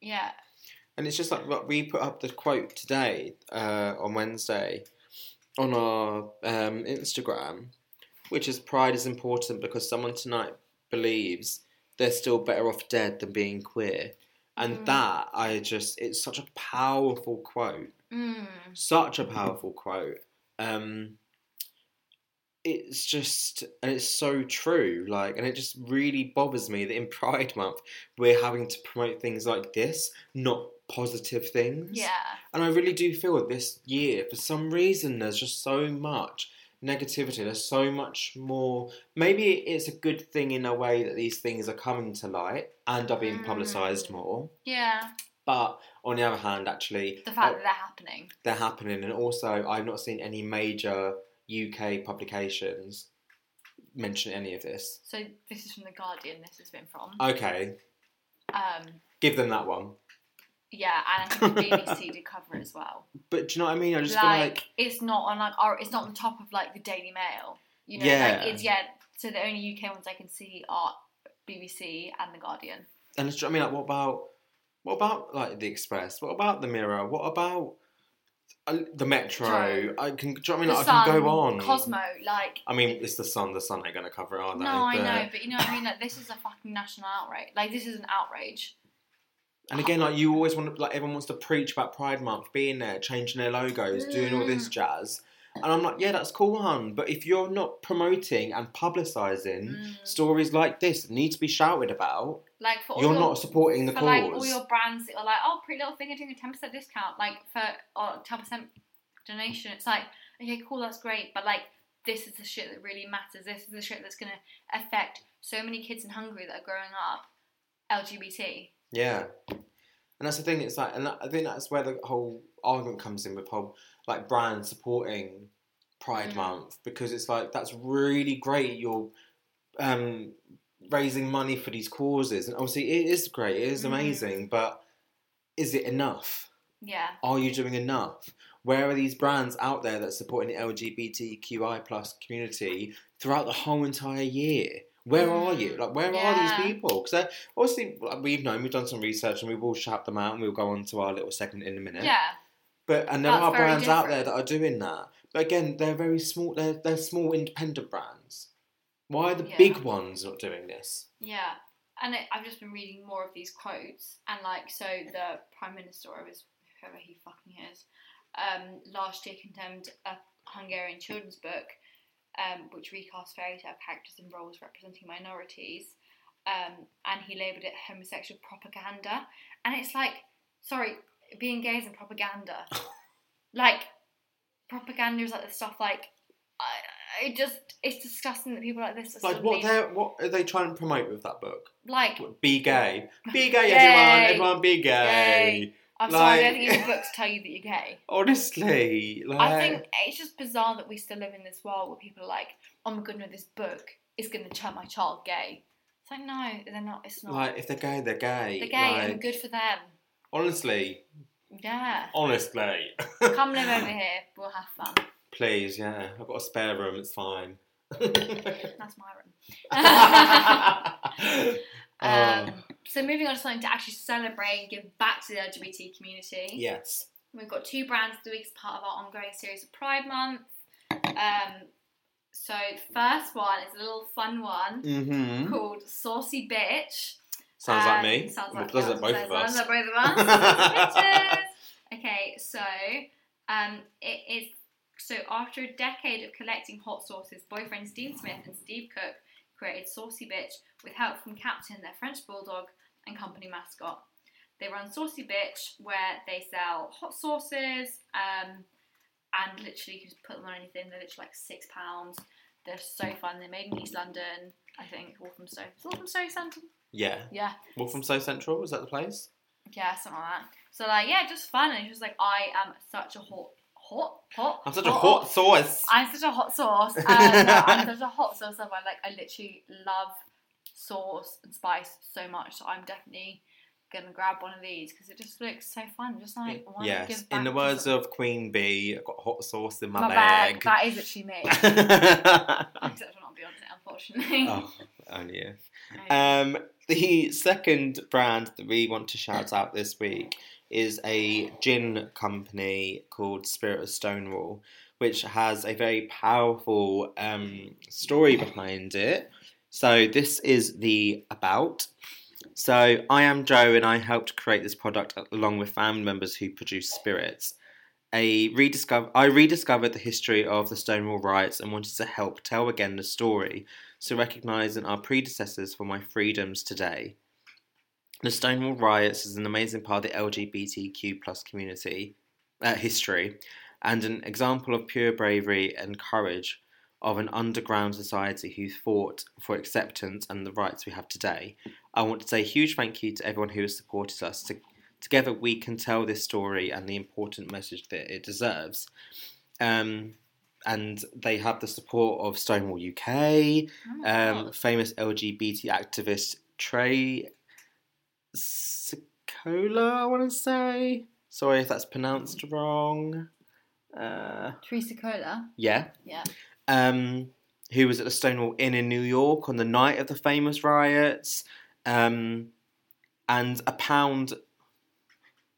[SPEAKER 3] yeah,
[SPEAKER 4] and it's just like what we put up the quote today uh, on wednesday on our um, instagram which is pride is important because someone tonight believes they're still better off dead than being queer. And
[SPEAKER 3] Mm.
[SPEAKER 4] that, I just, it's such a powerful quote.
[SPEAKER 3] Mm.
[SPEAKER 4] Such a powerful quote. Um, it's just, and it's so true. Like, and it just really bothers me that in Pride Month, we're having to promote things like this, not positive things.
[SPEAKER 3] Yeah.
[SPEAKER 4] And I really do feel that this year, for some reason, there's just so much negativity. There's so much more. Maybe it's a good thing in a way that these things are coming to light and are being
[SPEAKER 3] Mm.
[SPEAKER 4] publicised more.
[SPEAKER 3] Yeah.
[SPEAKER 4] But on the other hand, actually, uh,
[SPEAKER 3] The fact that they're happening.
[SPEAKER 4] they're happening. And also, I've not seen any major UK publications mention any of this.
[SPEAKER 3] So this is from The Guardian, this has been from.
[SPEAKER 4] Okay,
[SPEAKER 3] Um,
[SPEAKER 4] give them that one.
[SPEAKER 3] yeah, and I think the BBC did cover it as well.
[SPEAKER 4] But do you know what I mean? I just
[SPEAKER 3] like,
[SPEAKER 4] feel like,
[SPEAKER 3] it's not on like our, it's not on top of like the Daily Mail. You know,
[SPEAKER 4] Yeah.
[SPEAKER 3] like it's yeah. So the only UK ones I can see are BBC and the Guardian.
[SPEAKER 4] and it's, I mean, like, what about, what about like the Express? What about the Mirror? What about uh, the Metro?
[SPEAKER 3] Sorry.
[SPEAKER 4] I can, do you know what I mean?
[SPEAKER 3] the
[SPEAKER 4] Like,
[SPEAKER 3] Sun,
[SPEAKER 4] I can go on. Oh,
[SPEAKER 3] Cosmo, like
[SPEAKER 4] I mean, it's the Sun. The Sun ain't gonna cover it, are they?
[SPEAKER 3] no, I
[SPEAKER 4] But-
[SPEAKER 3] know, but you know what I mean. Like this is a fucking national outrage. Like this is an outrage.
[SPEAKER 4] And again, like you always want, to, like everyone wants to preach about Pride Month, being there, changing their logos, doing all
[SPEAKER 3] Mm.
[SPEAKER 4] this jazz. And I'm like, yeah, that's cool, hun. But if you're not promoting and publicising
[SPEAKER 3] Mm.
[SPEAKER 4] stories like this that need to be shouted about,
[SPEAKER 3] Like for all
[SPEAKER 4] you're
[SPEAKER 3] your,
[SPEAKER 4] not supporting the
[SPEAKER 3] for
[SPEAKER 4] cause.
[SPEAKER 3] like all your brands that are like, oh, pretty little thing are doing a ten percent discount, like for or ten percent donation. It's like, okay, cool, that's great, but like this is the shit that really matters. This is the shit that's gonna affect so many kids in Hungary that are growing up LGBT.
[SPEAKER 4] Yeah, and that's the thing. It's like, and that, I think that's where the whole argument comes in with whole like brands supporting Pride
[SPEAKER 3] Mm.
[SPEAKER 4] Month because it's like that's really great. You're um, raising money for these causes, and obviously it is great. It is
[SPEAKER 3] Mhm.
[SPEAKER 4] amazing, but is it enough?
[SPEAKER 3] Yeah.
[SPEAKER 4] Are you doing enough? Where are these brands out there that supporting the LGBTQI plus community throughout the whole entire year? Where are you?
[SPEAKER 3] Mm,
[SPEAKER 4] Like, where are
[SPEAKER 3] yeah.
[SPEAKER 4] these people? Because obviously, like, we've known, we've done some research, and we will shout them out, and we'll go on to our little segment in a minute.
[SPEAKER 3] Yeah.
[SPEAKER 4] But and there
[SPEAKER 3] That's
[SPEAKER 4] are
[SPEAKER 3] very
[SPEAKER 4] brands out there that are doing that. But again, they're very small. They're they're small independent brands. Why are the
[SPEAKER 3] Yeah.
[SPEAKER 4] big ones not doing this?
[SPEAKER 3] Yeah. And it, I've just been reading more of these quotes, and like, so the Prime Minister, or his, whoever he fucking is, um, last year condemned a Hungarian children's book um, which recast fairy tale characters in roles representing minorities, um, and he labelled it homosexual propaganda. And it's like, sorry, being gay isn't propaganda. like, propaganda is like the stuff like, I, I just, it's disgusting that people like this are
[SPEAKER 4] Like,
[SPEAKER 3] still
[SPEAKER 4] what
[SPEAKER 3] leading-
[SPEAKER 4] they are what are they trying to promote with that book?
[SPEAKER 3] like
[SPEAKER 4] Be gay, be gay,
[SPEAKER 3] Yay.
[SPEAKER 4] everyone, everyone, be
[SPEAKER 3] Yay.
[SPEAKER 4] gay.
[SPEAKER 3] I'm sorry, I don't
[SPEAKER 4] Like-
[SPEAKER 3] think even books tell you that you're gay.
[SPEAKER 4] Honestly, like
[SPEAKER 3] I think it's just bizarre that we still live in this world where people are like, oh my goodness, this book is going to turn my child gay. It's like, no, they're not, it's not.
[SPEAKER 4] like if they're gay, they're gay.
[SPEAKER 3] they're gay
[SPEAKER 4] Like,
[SPEAKER 3] and good for them.
[SPEAKER 4] honestly,
[SPEAKER 3] Yeah.
[SPEAKER 4] honestly,
[SPEAKER 3] Come live over here, we'll have fun.
[SPEAKER 4] please, yeah. I've got a spare room. It's fine.
[SPEAKER 3] That's my room.
[SPEAKER 4] Oh,
[SPEAKER 3] um, so, moving on to something to actually celebrate and give back to the LGBT community.
[SPEAKER 4] yes.
[SPEAKER 3] We've got two brands of the week as part of our ongoing series of Pride Month. Um, so the first one is a little fun one
[SPEAKER 4] Mm-hmm.
[SPEAKER 3] called Saucy Bitch.
[SPEAKER 4] Sounds
[SPEAKER 3] Um,
[SPEAKER 4] like me.
[SPEAKER 3] Sounds
[SPEAKER 4] Well,
[SPEAKER 3] like
[SPEAKER 4] does
[SPEAKER 3] us,
[SPEAKER 4] it both
[SPEAKER 3] does
[SPEAKER 4] of us?
[SPEAKER 3] it both of us. Bitches. Okay, so um, it is so after a decade of collecting hot sauces, boyfriends Dean Smith and Steve Cook created Saucy Bitch with help from Captain, their French bulldog, and company mascot. They run Saucy Bitch where they sell hot sauces um, and literally you can just put them on anything. They're literally like six pounds. They're so fun. They're made in East London, I think, Walthamstow. Is Walthamstow Centre?
[SPEAKER 4] Yeah.
[SPEAKER 3] Yeah.
[SPEAKER 4] Wolf from So Central, is that the place?
[SPEAKER 3] Yeah, something like that. So like, yeah, just fun. And she was like, I am such a hot, hot, hot.
[SPEAKER 4] I'm such a hot sauce.
[SPEAKER 3] I'm such a hot sauce. Um, no, I'm such a hot sauce lover. Like, I literally love sauce and spice so much. So I'm definitely gonna grab one of these because it just looks so fun. Just like, why not
[SPEAKER 4] Yes.
[SPEAKER 3] give back
[SPEAKER 4] In the
[SPEAKER 3] to
[SPEAKER 4] words
[SPEAKER 3] some-
[SPEAKER 4] of Queen Bee, I've got hot sauce in my,
[SPEAKER 3] my bag. that is literally me. Except I'm not Beyonce, unfortunately.
[SPEAKER 4] oh, only if.
[SPEAKER 3] Okay.
[SPEAKER 4] Um, the second brand that we want to shout out this week is a gin company called Spirit of Stonewall, which has a very powerful um, story behind it. So this is the about. So I am Joe, and I helped create this product along with family members who produce spirits. A rediscover, I rediscovered the history of the Stonewall riots and wanted to help tell again the story, so recognising our predecessors for my freedoms today. The Stonewall riots is an amazing part of the LGBTQ plus community uh, history, and an example of pure bravery and courage of an underground society who fought for acceptance and the rights we have today. I want to say a huge thank you to everyone who has supported us. To- together, we can tell this story and the important message that it deserves. Um, and they have the support of Stonewall UK,
[SPEAKER 3] Oh my
[SPEAKER 4] um,
[SPEAKER 3] God.
[SPEAKER 4] famous LGBT activist Trey Sicola, I want to say. Sorry if that's pronounced wrong. Uh,
[SPEAKER 3] Teresa Cola.
[SPEAKER 4] yeah
[SPEAKER 3] Yeah.
[SPEAKER 4] um, who was at the Stonewall Inn in New York on the night of the famous riots, um, and a pound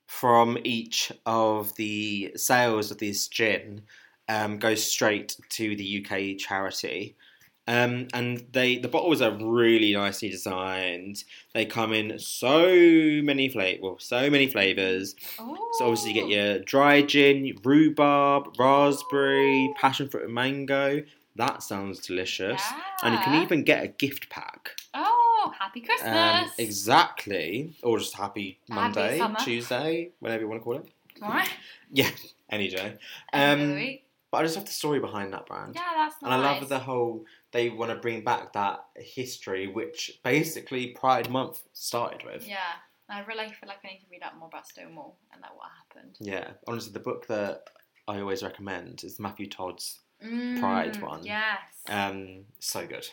[SPEAKER 4] from each of the sales of this gin um, goes straight to the UK charity. Um, and they the bottles are really nicely designed. They come in so many flavors, well, so many flavors.
[SPEAKER 3] Oh.
[SPEAKER 4] So obviously you get your dry gin, rhubarb, raspberry, passion fruit and mango. That sounds delicious. And you can
[SPEAKER 3] Yeah.
[SPEAKER 4] even get a gift pack.
[SPEAKER 3] Oh, happy Christmas!
[SPEAKER 4] Um, exactly. Or just happy
[SPEAKER 3] Happy
[SPEAKER 4] Monday,
[SPEAKER 3] summer.
[SPEAKER 4] Tuesday, whatever you want to call it.
[SPEAKER 3] Alright.
[SPEAKER 4] Yeah, any day.
[SPEAKER 3] End of the
[SPEAKER 4] Um,
[SPEAKER 3] week.
[SPEAKER 4] but I just love the story behind that brand.
[SPEAKER 3] yeah, that's
[SPEAKER 4] And
[SPEAKER 3] nice.
[SPEAKER 4] I love the whole they want to bring back that history, which basically Pride Month started with.
[SPEAKER 3] Yeah, I really feel like I need to read up more about Stonewall and like what happened.
[SPEAKER 4] Yeah. Honestly, the book that I always recommend is Matthew Todd's
[SPEAKER 3] Mm,
[SPEAKER 4] Pride one.
[SPEAKER 3] Yes.
[SPEAKER 4] Um, so good.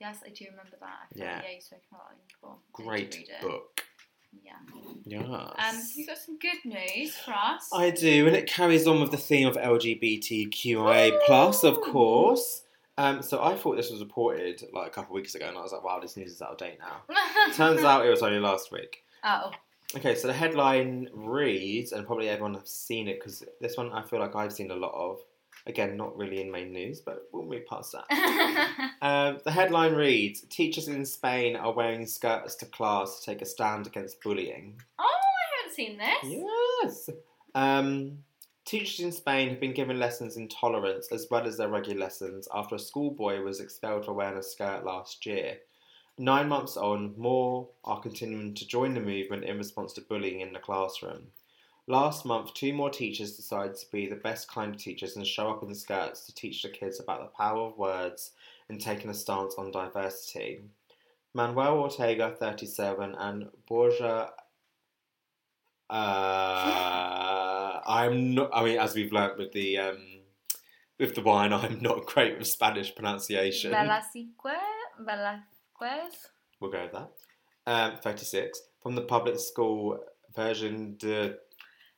[SPEAKER 3] yes, I do remember that. I feel
[SPEAKER 4] yeah.
[SPEAKER 3] Like, yeah, you spoke about that before. I need to
[SPEAKER 4] Great
[SPEAKER 3] read it.
[SPEAKER 4] book.
[SPEAKER 3] Yeah.
[SPEAKER 4] Yes.
[SPEAKER 3] Um, so you've got some good news for us.
[SPEAKER 4] I do, and it carries on with the theme of LGBTQIA plus, of
[SPEAKER 3] Ooh.
[SPEAKER 4] course. Um, so I thought this was reported like a couple of weeks ago, and I was like, "Wow, this news is out of date now." Turns out it was only last week.
[SPEAKER 3] Oh,
[SPEAKER 4] Okay, so the headline reads, and probably everyone has seen it because this one I feel like I've seen a lot of. Again, not really in main news, but we'll move past that. Um, the headline reads Teachers in Spain are wearing skirts to class to take a stand against bullying.
[SPEAKER 3] oh, I haven't seen this.
[SPEAKER 4] Yes! Um, teachers in Spain have been given lessons in tolerance as well as their regular lessons after a schoolboy was expelled for wearing a skirt last year. Nine months on, more are continuing to join the movement in response to bullying in the classroom. Last month, two more teachers decided to be the best kind of teachers and show up in skirts to teach the kids about the power of words and taking a stance on diversity. Manuel Ortega, 37, and Borja. Uh, I'm not. I mean, as we've learnt with the um, with the wine, I'm not great with Spanish pronunciation.
[SPEAKER 3] Velasquez. Velasquez.
[SPEAKER 4] We'll go with that. Um, 36. From the public school version de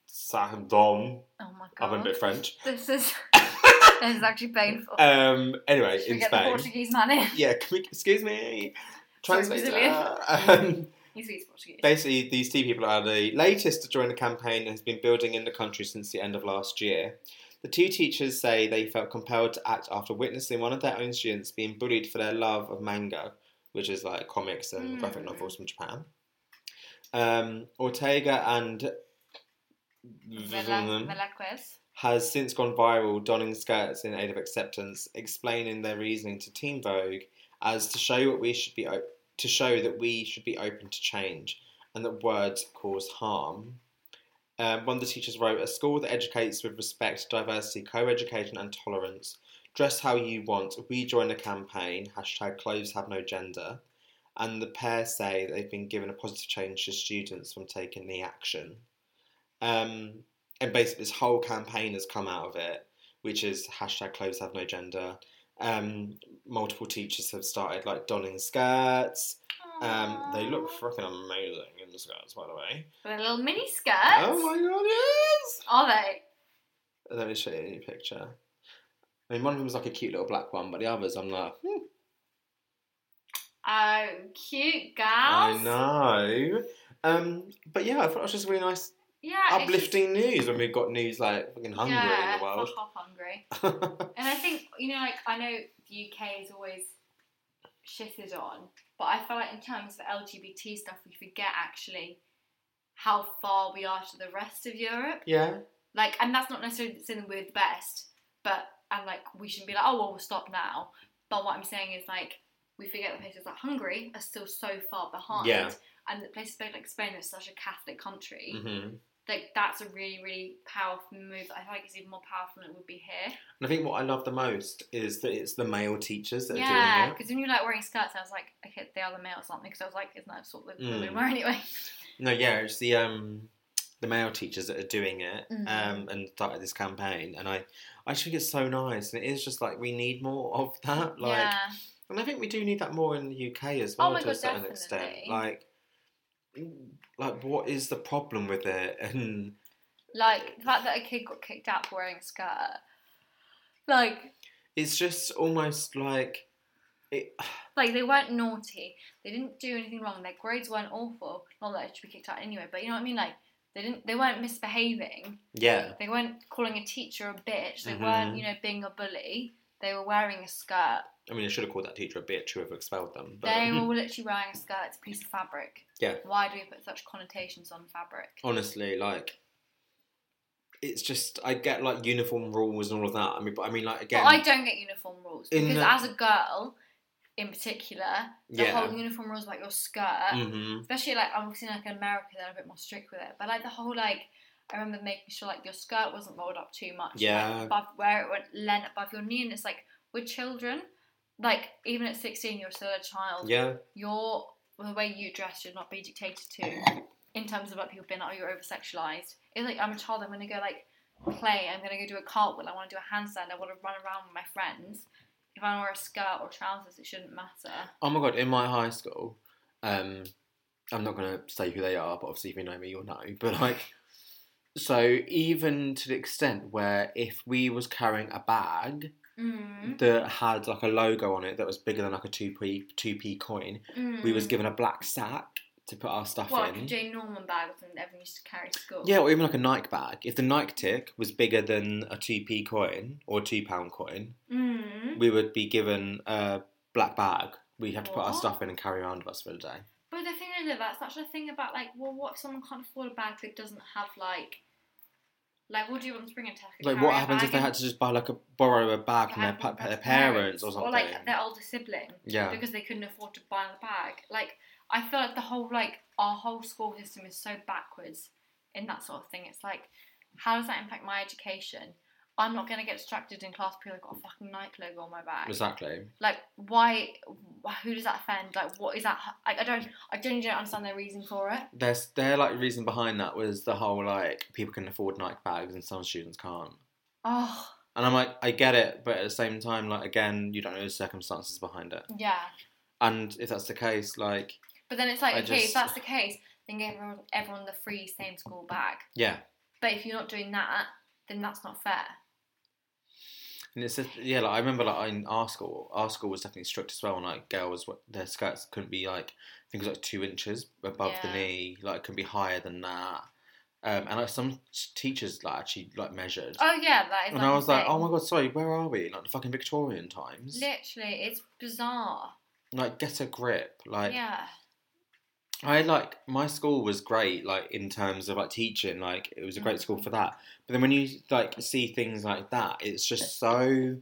[SPEAKER 4] Saint-Dom.
[SPEAKER 3] Oh my
[SPEAKER 4] I'm a
[SPEAKER 3] god.
[SPEAKER 4] bit French.
[SPEAKER 3] This is this is actually painful.
[SPEAKER 4] Um, anyway,
[SPEAKER 3] Should we
[SPEAKER 4] in
[SPEAKER 3] get the
[SPEAKER 4] Spain.
[SPEAKER 3] Portuguese man in?
[SPEAKER 4] Yeah, can we, excuse me.
[SPEAKER 3] Sorry,
[SPEAKER 4] Translator.
[SPEAKER 3] Brazilian.
[SPEAKER 4] Um,
[SPEAKER 3] He speaks Portuguese.
[SPEAKER 4] basically, these two people are the latest to join the campaign that has been building in the country since the end of last year. The two teachers say they felt compelled to act after witnessing one of their own students being bullied for their love of manga, which is like comics and graphic
[SPEAKER 3] Mm.
[SPEAKER 4] novels from Japan. Um, Ortega and
[SPEAKER 3] Vela- Velasquez.
[SPEAKER 4] has since gone viral donning skirts in aid of acceptance, explaining their reasoning to Team Vogue as to show what we should be op- to show that we should be open to change and that words cause harm. Um, one of the teachers wrote, "A school that educates with respect, diversity, co-education, and tolerance. Dress how you want. We join the campaign. Hashtag clothes have no gender." And the pair say they've been given a positive change to students from taking the action. Um, and basically this whole campaign has come out of it, which is hashtag clothes have no gender. Um, multiple teachers have started like donning skirts. Um, they look
[SPEAKER 3] Aww.
[SPEAKER 4] freaking amazing in the skirts, by the way.
[SPEAKER 3] They're little mini skirts.
[SPEAKER 4] Oh my god, yes!
[SPEAKER 3] Are they?
[SPEAKER 4] Let me show you a picture. I mean, one of them is like a cute little black one, but the others, I'm like, hmm,
[SPEAKER 3] Oh, cute girls.
[SPEAKER 4] I know. Um, but yeah, I thought it was just really nice,
[SPEAKER 3] Yeah, it's
[SPEAKER 4] uplifting news when we've got news like fucking
[SPEAKER 3] Just,
[SPEAKER 4] hungry
[SPEAKER 3] yeah,
[SPEAKER 4] in the world.
[SPEAKER 3] fuck off hungry. And I think you know, like I know the UK is always shit is on. But I feel like in terms of LGBT stuff, we forget actually how far we are to the rest of Europe.
[SPEAKER 4] Yeah.
[SPEAKER 3] Like, and that's not necessarily saying we're the best, but and like we shouldn't be like, oh well, we'll stop now. But what I'm saying is like we forget that places like Hungary are still so far behind,
[SPEAKER 4] Yeah.
[SPEAKER 3] and that places like Spain are such a Catholic country.
[SPEAKER 4] Mm-hmm.
[SPEAKER 3] Like that's a really, really powerful move. that I feel like it's even more powerful than it would be here.
[SPEAKER 4] And I think what I love the most is that it's the male teachers that are
[SPEAKER 3] Yeah,
[SPEAKER 4] doing it.
[SPEAKER 3] because when you were like wearing skirts, I was like, okay, they are the males, aren't they? Because I was like, isn't that sort of the
[SPEAKER 4] Mm.
[SPEAKER 3] rumor anyway?
[SPEAKER 4] No, yeah, it's the um the male teachers that are doing it
[SPEAKER 3] Mhm.
[SPEAKER 4] um and started this campaign and I I just think it's so nice and it is just like we need more of that. Like
[SPEAKER 3] yeah, Oh
[SPEAKER 4] and I think we do need that more in the UK as well
[SPEAKER 3] my
[SPEAKER 4] to a
[SPEAKER 3] God,
[SPEAKER 4] certain extent.
[SPEAKER 3] definitely.
[SPEAKER 4] Like like what is the problem with it? And
[SPEAKER 3] like the fact that a kid got kicked out for wearing a skirt. Like,
[SPEAKER 4] it's just almost like it
[SPEAKER 3] like they weren't naughty. They didn't do anything wrong. Their grades weren't awful. Not that it should be kicked out anyway, but you know what I mean. Like, they didn't. They weren't misbehaving.
[SPEAKER 4] yeah.
[SPEAKER 3] They weren't calling a teacher a bitch. They
[SPEAKER 4] Mhm.
[SPEAKER 3] weren't, you know, being a bully. They were wearing a skirt.
[SPEAKER 4] I mean I should have called that teacher a bitch whoever expelled them. But
[SPEAKER 3] They were literally wearing a skirt. It's a piece of fabric.
[SPEAKER 4] Yeah.
[SPEAKER 3] Why do we put such connotations on fabric?
[SPEAKER 4] honestly, like it's just I get like uniform rules and all of that. I mean, but I mean, like again,
[SPEAKER 3] But I don't get uniform rules
[SPEAKER 4] In
[SPEAKER 3] because
[SPEAKER 4] the-
[SPEAKER 3] as a girl, in particular, the
[SPEAKER 4] Yeah.
[SPEAKER 3] whole uniform rules about your skirt,
[SPEAKER 4] Mhm.
[SPEAKER 3] especially like obviously like in America, they're a bit more strict with it. But like the whole like, I remember making sure like your skirt wasn't rolled up too much. like,
[SPEAKER 4] Yeah.
[SPEAKER 3] above where it went, lent above your knee, and it's like with children, like even at sixteen, you're still a child.
[SPEAKER 4] yeah,
[SPEAKER 3] Your the way you dress should not be dictated to. In terms of like people being like, oh, you're over sexualized. It's like I'm a child. I'm gonna go like play. I'm gonna go do a cartwheel. I want to do a handstand. I want to run around with my friends. If I wear a skirt or trousers, it shouldn't matter.
[SPEAKER 4] Oh my god, in my high school, um, I'm not gonna say who they are, but obviously if you know me, you'll know. But like, so even to the extent where if we was carrying a bag
[SPEAKER 3] Mm.
[SPEAKER 4] that had like a logo on it that was bigger than like a two p two p coin, we was given a black sack to put our stuff
[SPEAKER 3] Mm-hmm. well,
[SPEAKER 4] in.
[SPEAKER 3] like a Jane Norman bag was something that everyone used to carry to school.
[SPEAKER 4] Yeah, or even like a Nike bag. If the Nike tick was bigger than a 2p coin or a £2 coin,
[SPEAKER 3] Mm.
[SPEAKER 4] we would be given a black bag. We'd have to put our
[SPEAKER 3] What?
[SPEAKER 4] stuff in and carry around with us for the day.
[SPEAKER 3] But the thing is, that that's such a thing about like, well, what if someone can't afford a bag that doesn't have like, like, what do you want to bring a tech?
[SPEAKER 4] Like, what happens if they had to just buy like a borrow a bag from their, pa- their parents or something?
[SPEAKER 3] or like their older sibling
[SPEAKER 4] yeah,
[SPEAKER 3] because they couldn't afford to buy the bag? Like, I feel like the whole like our whole school system is so backwards in that sort of thing. It's like, how does that impact my education? I'm not gonna get distracted in class because I've got a fucking Nike logo on my bag.
[SPEAKER 4] exactly.
[SPEAKER 3] like why wh- who does that offend like what is that like i don't i genuinely don't understand their reason for it
[SPEAKER 4] There's their like reason behind that was the whole like people can afford Nike bags and some students can't.
[SPEAKER 3] oh
[SPEAKER 4] And I'm like, I get it, but at the same time, like again, you don't know the circumstances behind it.
[SPEAKER 3] yeah
[SPEAKER 4] And if that's the case, like,
[SPEAKER 3] but then it's like
[SPEAKER 4] I
[SPEAKER 3] okay if
[SPEAKER 4] just-
[SPEAKER 3] that's the case then give everyone, everyone the free same school bag
[SPEAKER 4] yeah,
[SPEAKER 3] but if you're not doing that then that's not fair
[SPEAKER 4] And it's just- yeah, like I remember like in our school, our school was definitely strict as well. And like girls, what- their skirts couldn't be like I think it was like two inches above the
[SPEAKER 3] Yeah.
[SPEAKER 4] knee, like couldn't be higher than that. Um, and like some s- teachers like actually like measured,
[SPEAKER 3] oh yeah that is
[SPEAKER 4] and I was like, oh
[SPEAKER 3] insane.
[SPEAKER 4] my god, sorry, where are we? Like the fucking Victorian times.
[SPEAKER 3] literally it's bizarre
[SPEAKER 4] Like get a grip. Like
[SPEAKER 3] yeah
[SPEAKER 4] I like my school was great, like in terms of like teaching, like it was a great school for that. But then when you like see things like that, it's just so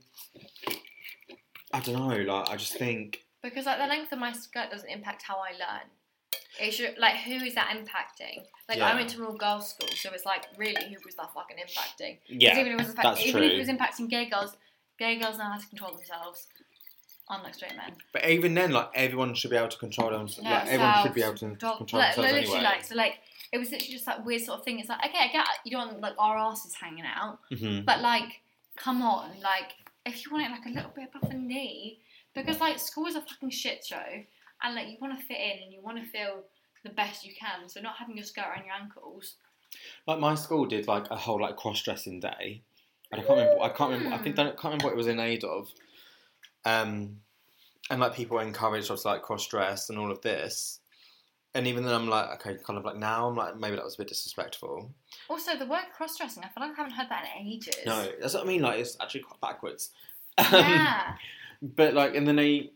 [SPEAKER 4] I don't know. Like I just think
[SPEAKER 3] because like the length of my skirt doesn't impact how i learn it should like who is that impacting like
[SPEAKER 4] Yeah.
[SPEAKER 3] i went to an all girls school so it's like really who was that fucking impacting Because
[SPEAKER 4] yeah,
[SPEAKER 3] even if it was,
[SPEAKER 4] that's
[SPEAKER 3] impact- even if
[SPEAKER 4] true.
[SPEAKER 3] it was impacting gay girls, gay girls now have to control themselves, unlike straight men.
[SPEAKER 4] but even then, like everyone should be able to control them.
[SPEAKER 3] No,
[SPEAKER 4] like everyone should be able
[SPEAKER 3] self-
[SPEAKER 4] to
[SPEAKER 3] Control,
[SPEAKER 4] control
[SPEAKER 3] like,
[SPEAKER 4] themselves
[SPEAKER 3] literally,
[SPEAKER 4] anyway.
[SPEAKER 3] like so, like it was literally just that weird sort of thing. It's like, okay, I get you don't want like our asses hanging out,
[SPEAKER 4] Mhm.
[SPEAKER 3] but like, come on, like if you want it like a little bit above the knee, because like school is a fucking shit show, and like you want to fit in and you want to feel the best you can, so not having your skirt around your ankles.
[SPEAKER 4] Like my school did like a whole like cross dressing day, and I can't remember. I can't remember. I think I can't remember what it was in aid of. Um, and like people were encouraged us like cross dress and all of this, and even then I'm like okay, kind of like now I'm like maybe that was a bit disrespectful.
[SPEAKER 3] Also, the word cross-dressing, I feel like I haven't heard that in ages.
[SPEAKER 4] No, that's what I mean. Like it's actually quite backwards.
[SPEAKER 3] Yeah.
[SPEAKER 4] But like, and then they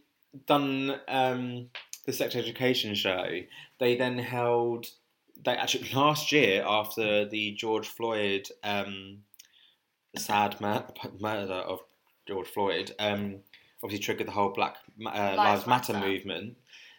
[SPEAKER 4] done um, the sex education show, they then held they actually last year after the George Floyd um, sad mur- murder of George Floyd, um, obviously triggered the whole Black Ma- uh, Lives
[SPEAKER 3] Lives
[SPEAKER 4] Matter
[SPEAKER 3] Matter.
[SPEAKER 4] movement.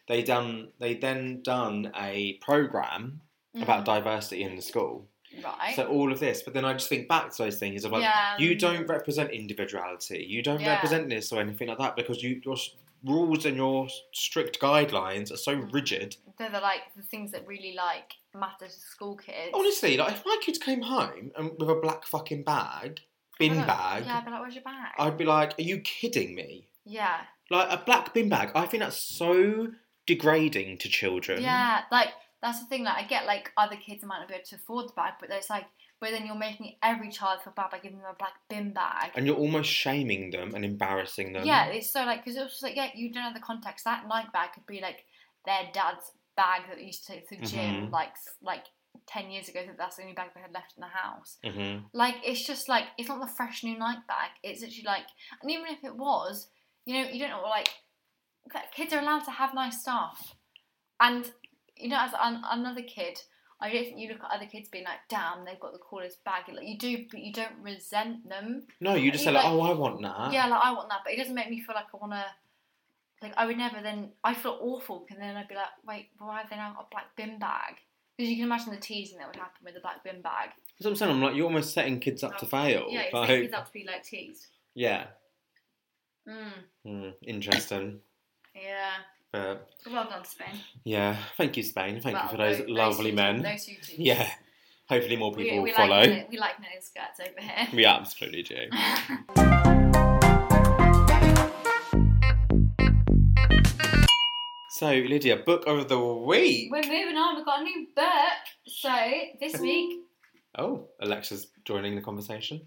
[SPEAKER 4] They done they then done a program about diversity in the school.
[SPEAKER 3] Mm-hmm. right.
[SPEAKER 4] So all of this, but then I just think back to those things of like
[SPEAKER 3] Yeah. mm-hmm.
[SPEAKER 4] you don't represent individuality, you don't
[SPEAKER 3] Um, Yeah.
[SPEAKER 4] represent this or anything like that because you, your s- rules and your strict guidelines are so rigid.
[SPEAKER 3] They're the, like the things that really like matter to school kids.
[SPEAKER 4] Honestly, like if my kids came home and with a black fucking bag, bin
[SPEAKER 3] Hello.
[SPEAKER 4] bag,
[SPEAKER 3] Yeah, but like, where's your bag?
[SPEAKER 4] I'd be like, "Are you kidding me?"
[SPEAKER 3] yeah,
[SPEAKER 4] Like a black bin bag, I think that's so degrading to children.
[SPEAKER 3] yeah. Like that's the thing. Like I get like other kids might not be able to afford the bag, but it's like, but then you're making every child feel bad by giving them a black bin bag.
[SPEAKER 4] and you're almost shaming them and embarrassing them.
[SPEAKER 3] Yeah, it's so like because it was just like yeah, you don't have the context. That Nike bag could be like their dad's bag that they used to take to the gym,
[SPEAKER 4] Mhm.
[SPEAKER 3] like s- like ten years ago. That that's the only bag they had left in the house.
[SPEAKER 4] hmm
[SPEAKER 3] Like it's just like it's not the fresh new Nike bag. It's literally like, and even if it was, you know, you don't know like that kids are allowed to have nice stuff, and you know, as an, another kid. I don't think you look at other kids being like, "Damn, they've got the coolest bag." Like you do, but you don't resent them.
[SPEAKER 4] No, you just say
[SPEAKER 3] You
[SPEAKER 4] like,
[SPEAKER 3] like-
[SPEAKER 4] "Oh, I want that."
[SPEAKER 3] Yeah, like I want that, but it doesn't make me feel like I want to. Like I would never. Then I feel awful, because then I'd be like, wait, but why have they now got a black bin bag? Because you can imagine the teasing that would happen with a black bin bag.
[SPEAKER 4] That's what I'm saying. I'm like, you're almost setting kids up to fail.
[SPEAKER 3] Yeah, it's
[SPEAKER 4] Oh, Like,
[SPEAKER 3] like kids up to be like teased.
[SPEAKER 4] Yeah.
[SPEAKER 3] Mm,
[SPEAKER 4] Hmm, interesting.
[SPEAKER 3] yeah.
[SPEAKER 4] But
[SPEAKER 3] Well done, Spain.
[SPEAKER 4] yeah, thank you, Spain. Thank
[SPEAKER 3] Well,
[SPEAKER 4] you for those,
[SPEAKER 3] tho-
[SPEAKER 4] lovely
[SPEAKER 3] two-
[SPEAKER 4] men.
[SPEAKER 3] Those two teams.
[SPEAKER 4] yeah. Hopefully, more
[SPEAKER 3] We-
[SPEAKER 4] people
[SPEAKER 3] we,
[SPEAKER 4] will follow.
[SPEAKER 3] Like, knit- we like knitting skirts over here.
[SPEAKER 4] we absolutely do. So, Lydia, book of the week.
[SPEAKER 3] We're moving on. We've got a new book. So this week
[SPEAKER 4] Oh, Alexa's joining the conversation.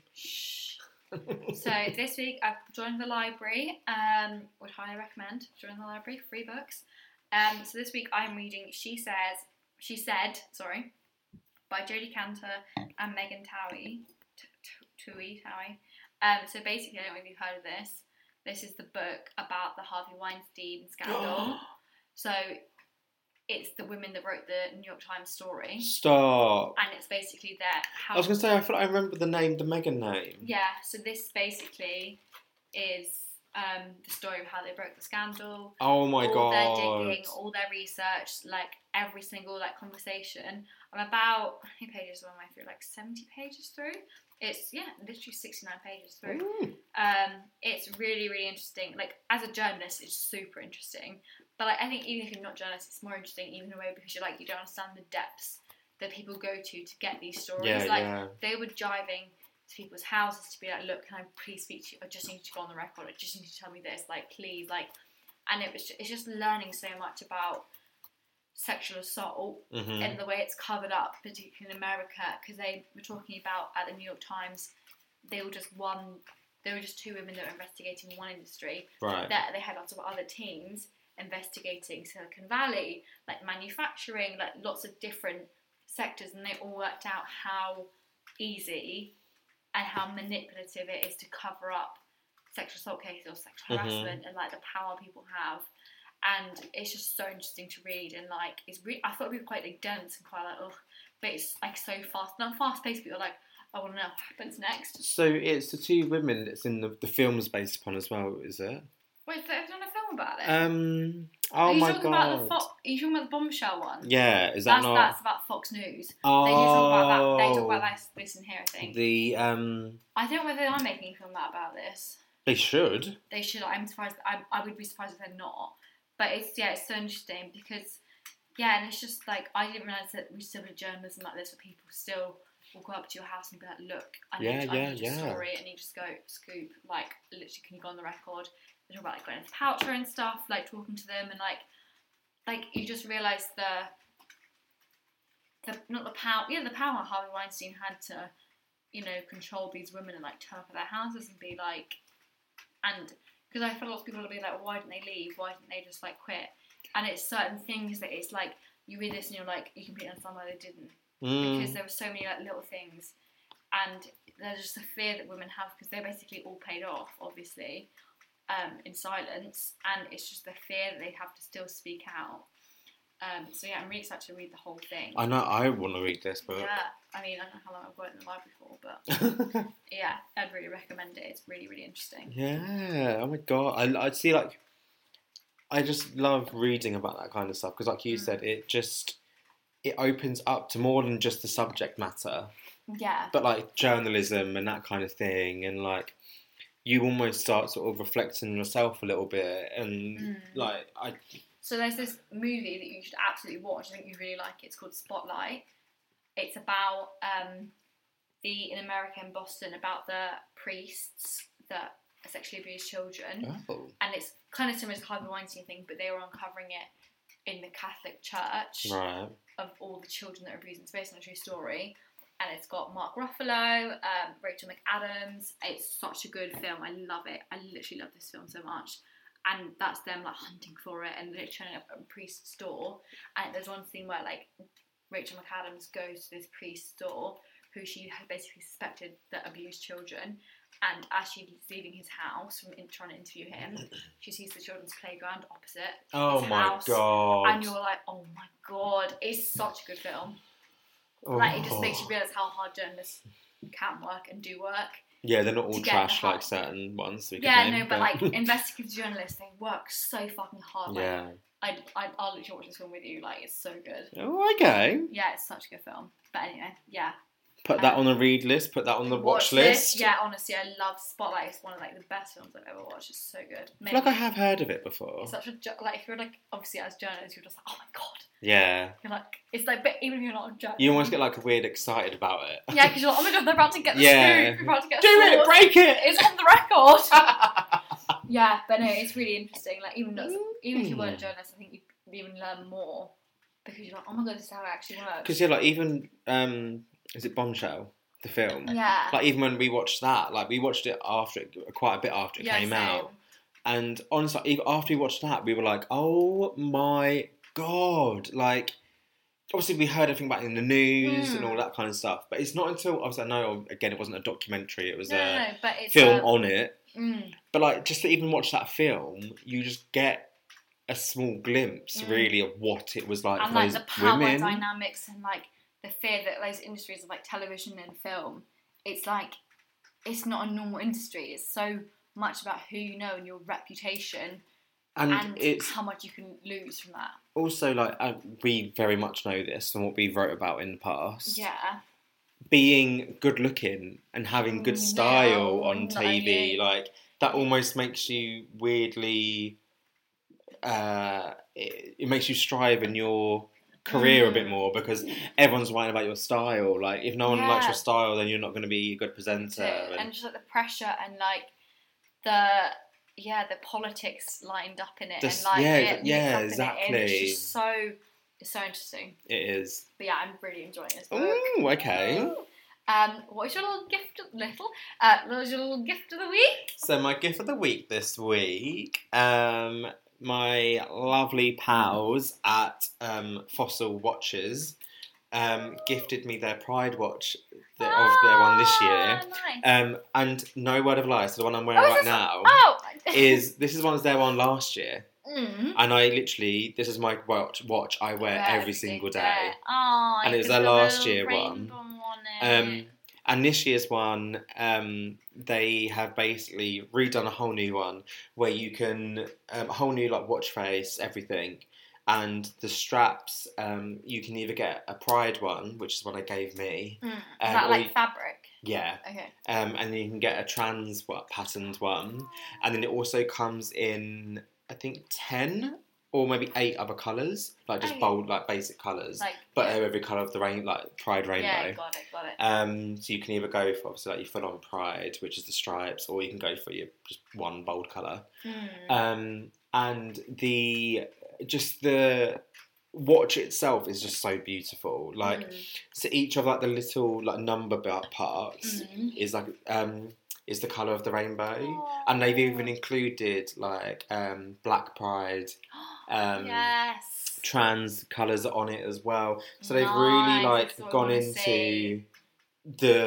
[SPEAKER 3] So this week I've joined the library. Um, would highly recommend join the library. Free books. Um, so this week I'm reading She Says, She Said, sorry, by Jodie Cantor and Megan Towie. T- T- Towie, Towie. Um, so basically, I don't know if you've heard of this. This is the book about the Harvey Weinstein scandal. so it's the women that wrote the New York Times story,
[SPEAKER 4] Stop.
[SPEAKER 3] and it's basically their how.
[SPEAKER 4] I was going to say, I feel like I remember the name, the Megan name.
[SPEAKER 3] Yeah, so this basically is um, the story of how they broke the scandal,
[SPEAKER 4] Oh my
[SPEAKER 3] all
[SPEAKER 4] god.
[SPEAKER 3] their digging, all their research, like every single like conversation. I'm about how many pages am I through? Like 70 pages through. It's yeah, literally 69 pages through.
[SPEAKER 4] Mm.
[SPEAKER 3] Um, it's really really interesting. Like as a journalist, it's super interesting. But like, I think even if you're not a journalist, it's more interesting even in a way because you're like you don't understand the depths that people go to to get these stories.
[SPEAKER 4] Yeah,
[SPEAKER 3] like
[SPEAKER 4] yeah.
[SPEAKER 3] they were driving to people's houses to be like, look, can I please speak to you? I just need you to go on the record. I just need you to tell me this, like, please, like, and it was ju- it's just learning so much about sexual assault
[SPEAKER 4] Mhm.
[SPEAKER 3] and the way it's covered up, particularly in America, because they were talking about at the New York Times, they were just one, there were just two women that were investigating one industry.
[SPEAKER 4] Right.
[SPEAKER 3] That they had lots of other teams investigating Silicon Valley, like manufacturing, like lots of different sectors, and they all worked out how easy and how manipulative it is to cover up sexual assault cases or sexual
[SPEAKER 4] Mhm.
[SPEAKER 3] harassment and like the power people have. And it's just so interesting to read and like it's re- I thought it'd be quite like dense and quite like oh, but it's like so fast, not fast paced, but you're like I want to know what happens next.
[SPEAKER 4] So it's the two women that's in the, the film's based upon as well, is it?
[SPEAKER 3] Wait, they've done a film about it.
[SPEAKER 4] Um. Oh
[SPEAKER 3] are you
[SPEAKER 4] my
[SPEAKER 3] talking
[SPEAKER 4] god.
[SPEAKER 3] about the Fox? Are you talking about the bombshell one?
[SPEAKER 4] yeah, is that
[SPEAKER 3] that's
[SPEAKER 4] not?
[SPEAKER 3] that's about Fox News.
[SPEAKER 4] oh,
[SPEAKER 3] They do talk about that. They talk about this, this in here. I think.
[SPEAKER 4] the um.
[SPEAKER 3] I don't know whether they are making a film out about this.
[SPEAKER 4] They should.
[SPEAKER 3] They should. I'm surprised. I, I would be surprised if they're not. But it's yeah, it's so interesting because yeah, and it's just like I didn't realize that we still have journalism like this, where people still will go up to your house and be like, "Look, I need,
[SPEAKER 4] Yeah,
[SPEAKER 3] I
[SPEAKER 4] yeah,
[SPEAKER 3] need
[SPEAKER 4] yeah.
[SPEAKER 3] a story. I need to go scoop. Like, literally, can you go on the record?" They talk about like Gwyneth Paltrow and stuff, like talking to them, and like, like you just realize the the not the power yeah the power Harvey Weinstein had to you know control these women and like turn up at their houses and be like and because I feel lots of people will be like why didn't they leave why didn't they just like quit and it's certain things that it's like you read this and you're like you completely understand why they didn't
[SPEAKER 4] Mm.
[SPEAKER 3] because there were so many like little things and there's just a fear that women have because they're basically all paid off obviously um, in silence, and it's just the fear that they have to still speak out. Um, so yeah, I'm really excited to read the whole thing.
[SPEAKER 4] I know I want to read this book.
[SPEAKER 3] yeah, I mean, I don't know how long I've got it in the library for, but
[SPEAKER 4] Yeah.
[SPEAKER 3] yeah, I'd really recommend it. It's really, really interesting.
[SPEAKER 4] Oh my god. I I see like I just love reading about that kind of stuff because like you
[SPEAKER 3] Mm.
[SPEAKER 4] said it just it opens up to more than just the subject matter,
[SPEAKER 3] Yeah,
[SPEAKER 4] but like journalism and that kind of thing and like you almost start sort of reflecting on yourself a little bit and
[SPEAKER 3] Mm.
[SPEAKER 4] like I
[SPEAKER 3] So there's this movie that you should absolutely watch. I think you really like it. It's called Spotlight. It's about um, the in America in Boston about the priests that sexually abuse children,
[SPEAKER 4] oh
[SPEAKER 3] and it's kind of similar to the Harvey Weinstein thing, but they were uncovering it in the Catholic Church
[SPEAKER 4] right
[SPEAKER 3] of all the children that are abused. It's based on a true story, and it's got Mark Ruffalo, um, Rachel McAdams. It's such a good film. I love it. I literally love this film so much. And that's them like hunting for it and literally turning up at a priest's door. And there's one scene where like Rachel McAdams goes to this priest's door, who she had basically suspected that abused children. And as she's leaving his house from in- trying to interview him, she sees the children's playground opposite
[SPEAKER 4] oh
[SPEAKER 3] It's
[SPEAKER 4] my
[SPEAKER 3] house,
[SPEAKER 4] god
[SPEAKER 3] and you're like, oh my god, it's such a good film. Like it just makes you
[SPEAKER 4] Oh.
[SPEAKER 3] realise how hard journalists can work and do work.
[SPEAKER 4] yeah they're not
[SPEAKER 3] to
[SPEAKER 4] all
[SPEAKER 3] get the
[SPEAKER 4] trash
[SPEAKER 3] heart.
[SPEAKER 4] like certain ones we could
[SPEAKER 3] yeah,
[SPEAKER 4] name,
[SPEAKER 3] no, but like investigative journalists, they work so fucking hard. Like,
[SPEAKER 4] yeah
[SPEAKER 3] I, I, I'll literally watch this film with you. Like it's so good.
[SPEAKER 4] oh okay
[SPEAKER 3] Yeah, it's such a good film. But anyway, yeah.
[SPEAKER 4] Put that
[SPEAKER 3] Um,
[SPEAKER 4] on the read list. Put that on the watch,
[SPEAKER 3] this.
[SPEAKER 4] list.
[SPEAKER 3] Yeah, honestly, I love Spotlight. It's one of like the best films I've ever watched. It's so good.
[SPEAKER 4] I feel like I have heard of it before.
[SPEAKER 3] It's such a jo- like if you're like obviously as journalists, you're just like, oh my god.
[SPEAKER 4] Yeah,
[SPEAKER 3] You're like it's like, but even if you're not a journalist,
[SPEAKER 4] you almost get like weird excited about it.
[SPEAKER 3] Yeah, because you're like, oh my god, they're about to get the
[SPEAKER 4] Yeah.
[SPEAKER 3] scoop. They're about to get
[SPEAKER 4] do
[SPEAKER 3] the
[SPEAKER 4] it,
[SPEAKER 3] source.
[SPEAKER 4] break it.
[SPEAKER 3] It's on the record. yeah, but no, it's really interesting. Like even though, even if you weren't a journalist, I think you'd even learn more because you're like, oh my god, this is how it actually works.
[SPEAKER 4] Because yeah, like even um, is it Bombshell the film?
[SPEAKER 3] Yeah.
[SPEAKER 4] Like even when we watched that, like we watched it after it, quite a bit after it
[SPEAKER 3] yeah,
[SPEAKER 4] came
[SPEAKER 3] same.
[SPEAKER 4] out, and honestly, even after we watched that, we were like, oh my god, like. Obviously, we heard everything about it in the news and
[SPEAKER 3] Mm.
[SPEAKER 4] all that kind of stuff, but it's not until obviously I know again it wasn't a documentary; it was
[SPEAKER 3] No,
[SPEAKER 4] a
[SPEAKER 3] no, no, but it's
[SPEAKER 4] film
[SPEAKER 3] um,
[SPEAKER 4] on it.
[SPEAKER 3] mm,
[SPEAKER 4] But like, just to even watch that film, you just get a small glimpse,
[SPEAKER 3] Mm.
[SPEAKER 4] really, of what it was like
[SPEAKER 3] and
[SPEAKER 4] for
[SPEAKER 3] like
[SPEAKER 4] those
[SPEAKER 3] the power
[SPEAKER 4] women.
[SPEAKER 3] dynamics and like the fear that those industries of like television and film, it's like it's not a normal industry. It's so much about who you know and your reputation
[SPEAKER 4] and,
[SPEAKER 3] and
[SPEAKER 4] it's
[SPEAKER 3] how much you can lose from that.
[SPEAKER 4] also like uh, we very much know this from what we wrote about in the past.
[SPEAKER 3] Yeah.
[SPEAKER 4] being good looking and having good
[SPEAKER 3] No,
[SPEAKER 4] style on
[SPEAKER 3] no, Mm,
[SPEAKER 4] TV,
[SPEAKER 3] yeah. Mm,
[SPEAKER 4] like that almost makes you weirdly. Uh, it, it makes you strive in your career a bit
[SPEAKER 3] Mm.
[SPEAKER 4] more because everyone's whining about your style. Like, if no one likes
[SPEAKER 3] Yeah.
[SPEAKER 4] your style, then you're not going to be a good presenter.
[SPEAKER 3] too, and, just like the pressure and like the yeah the politics lined up in it
[SPEAKER 4] Just-
[SPEAKER 3] and like
[SPEAKER 4] yeah,
[SPEAKER 3] it
[SPEAKER 4] yeah,
[SPEAKER 3] mixed up in it, and
[SPEAKER 4] exactly.
[SPEAKER 3] it's just so it's so interesting
[SPEAKER 4] It is.
[SPEAKER 3] but yeah I'm really enjoying this book
[SPEAKER 4] Ooh, okay.
[SPEAKER 3] um what is your little gift of, little uh what is your little gift of the week
[SPEAKER 4] So my gift of the week this week, um, my lovely pals at um, Fossil Watches um, gifted me their Pride watch th- of their one this year.
[SPEAKER 3] Ah, nice.
[SPEAKER 4] Um, and no word of a lie, so the one I'm wearing
[SPEAKER 3] Oh, is
[SPEAKER 4] right
[SPEAKER 3] this-
[SPEAKER 4] now
[SPEAKER 3] oh
[SPEAKER 4] is this is one was their one last year,
[SPEAKER 3] mm,
[SPEAKER 4] and I literally this is my watch watch I wear every single day.
[SPEAKER 3] oh,
[SPEAKER 4] And it was their last year one. Um, and this year's one, um, they have basically redone a whole new one where you can um, a whole new like watch face, everything, and the straps. Um, you can either get a pride one, which is what I gave me.
[SPEAKER 3] mm, is
[SPEAKER 4] um,
[SPEAKER 3] that
[SPEAKER 4] or
[SPEAKER 3] like
[SPEAKER 4] you-
[SPEAKER 3] fabric
[SPEAKER 4] Yeah,
[SPEAKER 3] okay
[SPEAKER 4] um, and you can get a trans what patterned one, and then it also comes in I think ten or maybe eight other colours, like just
[SPEAKER 3] Oh, yeah.
[SPEAKER 4] bold like basic colours,
[SPEAKER 3] like
[SPEAKER 4] but
[SPEAKER 3] yeah,
[SPEAKER 4] they're every colour of the rain like pride rainbow.
[SPEAKER 3] yeah got it got it
[SPEAKER 4] Um, so you can either go for obviously like your full-on pride, which is the stripes, or you can go for your just one bold color.
[SPEAKER 3] Mm.
[SPEAKER 4] Um, and the just the watch itself is just so beautiful. Like
[SPEAKER 3] Mm.
[SPEAKER 4] so, each of like the little like number bar- parts
[SPEAKER 3] Mm.
[SPEAKER 4] is like um is the color of the rainbow,
[SPEAKER 3] Mm.
[SPEAKER 4] and they've even included like um black pride, um,
[SPEAKER 3] yes.
[SPEAKER 4] trans colors on it as well. So they've really
[SPEAKER 3] Nice,
[SPEAKER 4] like
[SPEAKER 3] that's what I
[SPEAKER 4] gone
[SPEAKER 3] wanna
[SPEAKER 4] into
[SPEAKER 3] see.
[SPEAKER 4] the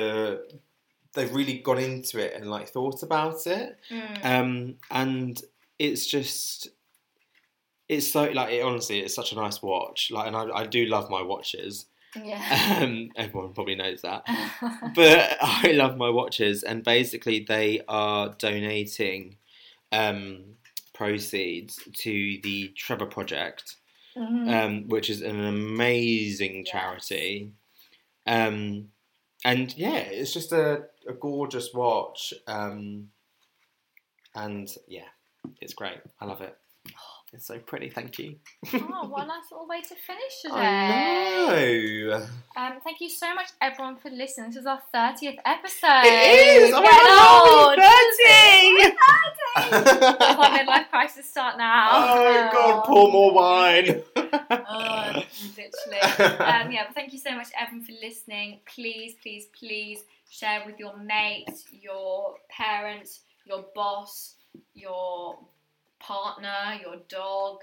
[SPEAKER 4] they've really gone into it and like thought about it.
[SPEAKER 3] Mm.
[SPEAKER 4] Um, and it's just, it's so like it, honestly, it's such a nice watch. Like, and I, I do love my watches.
[SPEAKER 3] Mm, Yeah.
[SPEAKER 4] Um, everyone probably knows that. but I love my watches, and basically they are donating um, proceeds to the Trevor Project,
[SPEAKER 3] Mhm.
[SPEAKER 4] um, which is an amazing
[SPEAKER 3] Yes.
[SPEAKER 4] charity. Um, and yeah, it's just a, a gorgeous watch, um, and yeah, it's great. I love it. It's so pretty. Thank you.
[SPEAKER 3] oh, what a nice little way to finish today.
[SPEAKER 4] I know.
[SPEAKER 3] Um, thank you so much, everyone, for listening. This is our 30th episode.
[SPEAKER 4] It is. Oh my
[SPEAKER 3] Get
[SPEAKER 4] God,
[SPEAKER 3] on. That's our midlife crisis start now.
[SPEAKER 4] Oh god, pour more wine.
[SPEAKER 3] Oh, literally. Um, yeah, but thank you so much, everyone, for listening. Please, please, please share with your mates, your parents, your boss, your partner, your dog,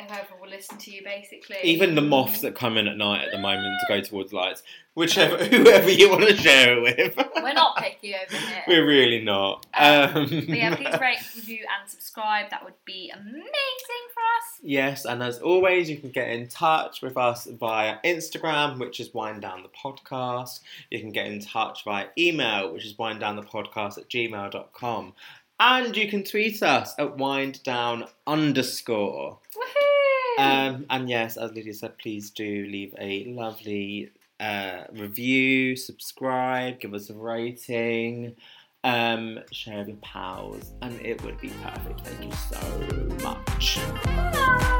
[SPEAKER 3] whoever will listen to you, basically.
[SPEAKER 4] Even the moths that come in at night at the moment to go towards lights, whichever, whoever you want to share it with.
[SPEAKER 3] We're not picky over here.
[SPEAKER 4] We're really not. Um,
[SPEAKER 3] But yeah, please rate, review, and subscribe. That would be amazing for us.
[SPEAKER 4] Yes, and as always, you can get in touch with us via Instagram, which is Wind Down the Podcast. You can get in touch via email, which is wind down the podcast at gmail.com. And you can tweet us at wind down underscore.
[SPEAKER 3] Woohoo!
[SPEAKER 4] Um, and yes, as Lydia said, please do leave a lovely uh, review, subscribe, give us a rating, um, share with pals, and it would be perfect. Thank you so much.
[SPEAKER 3] Bye.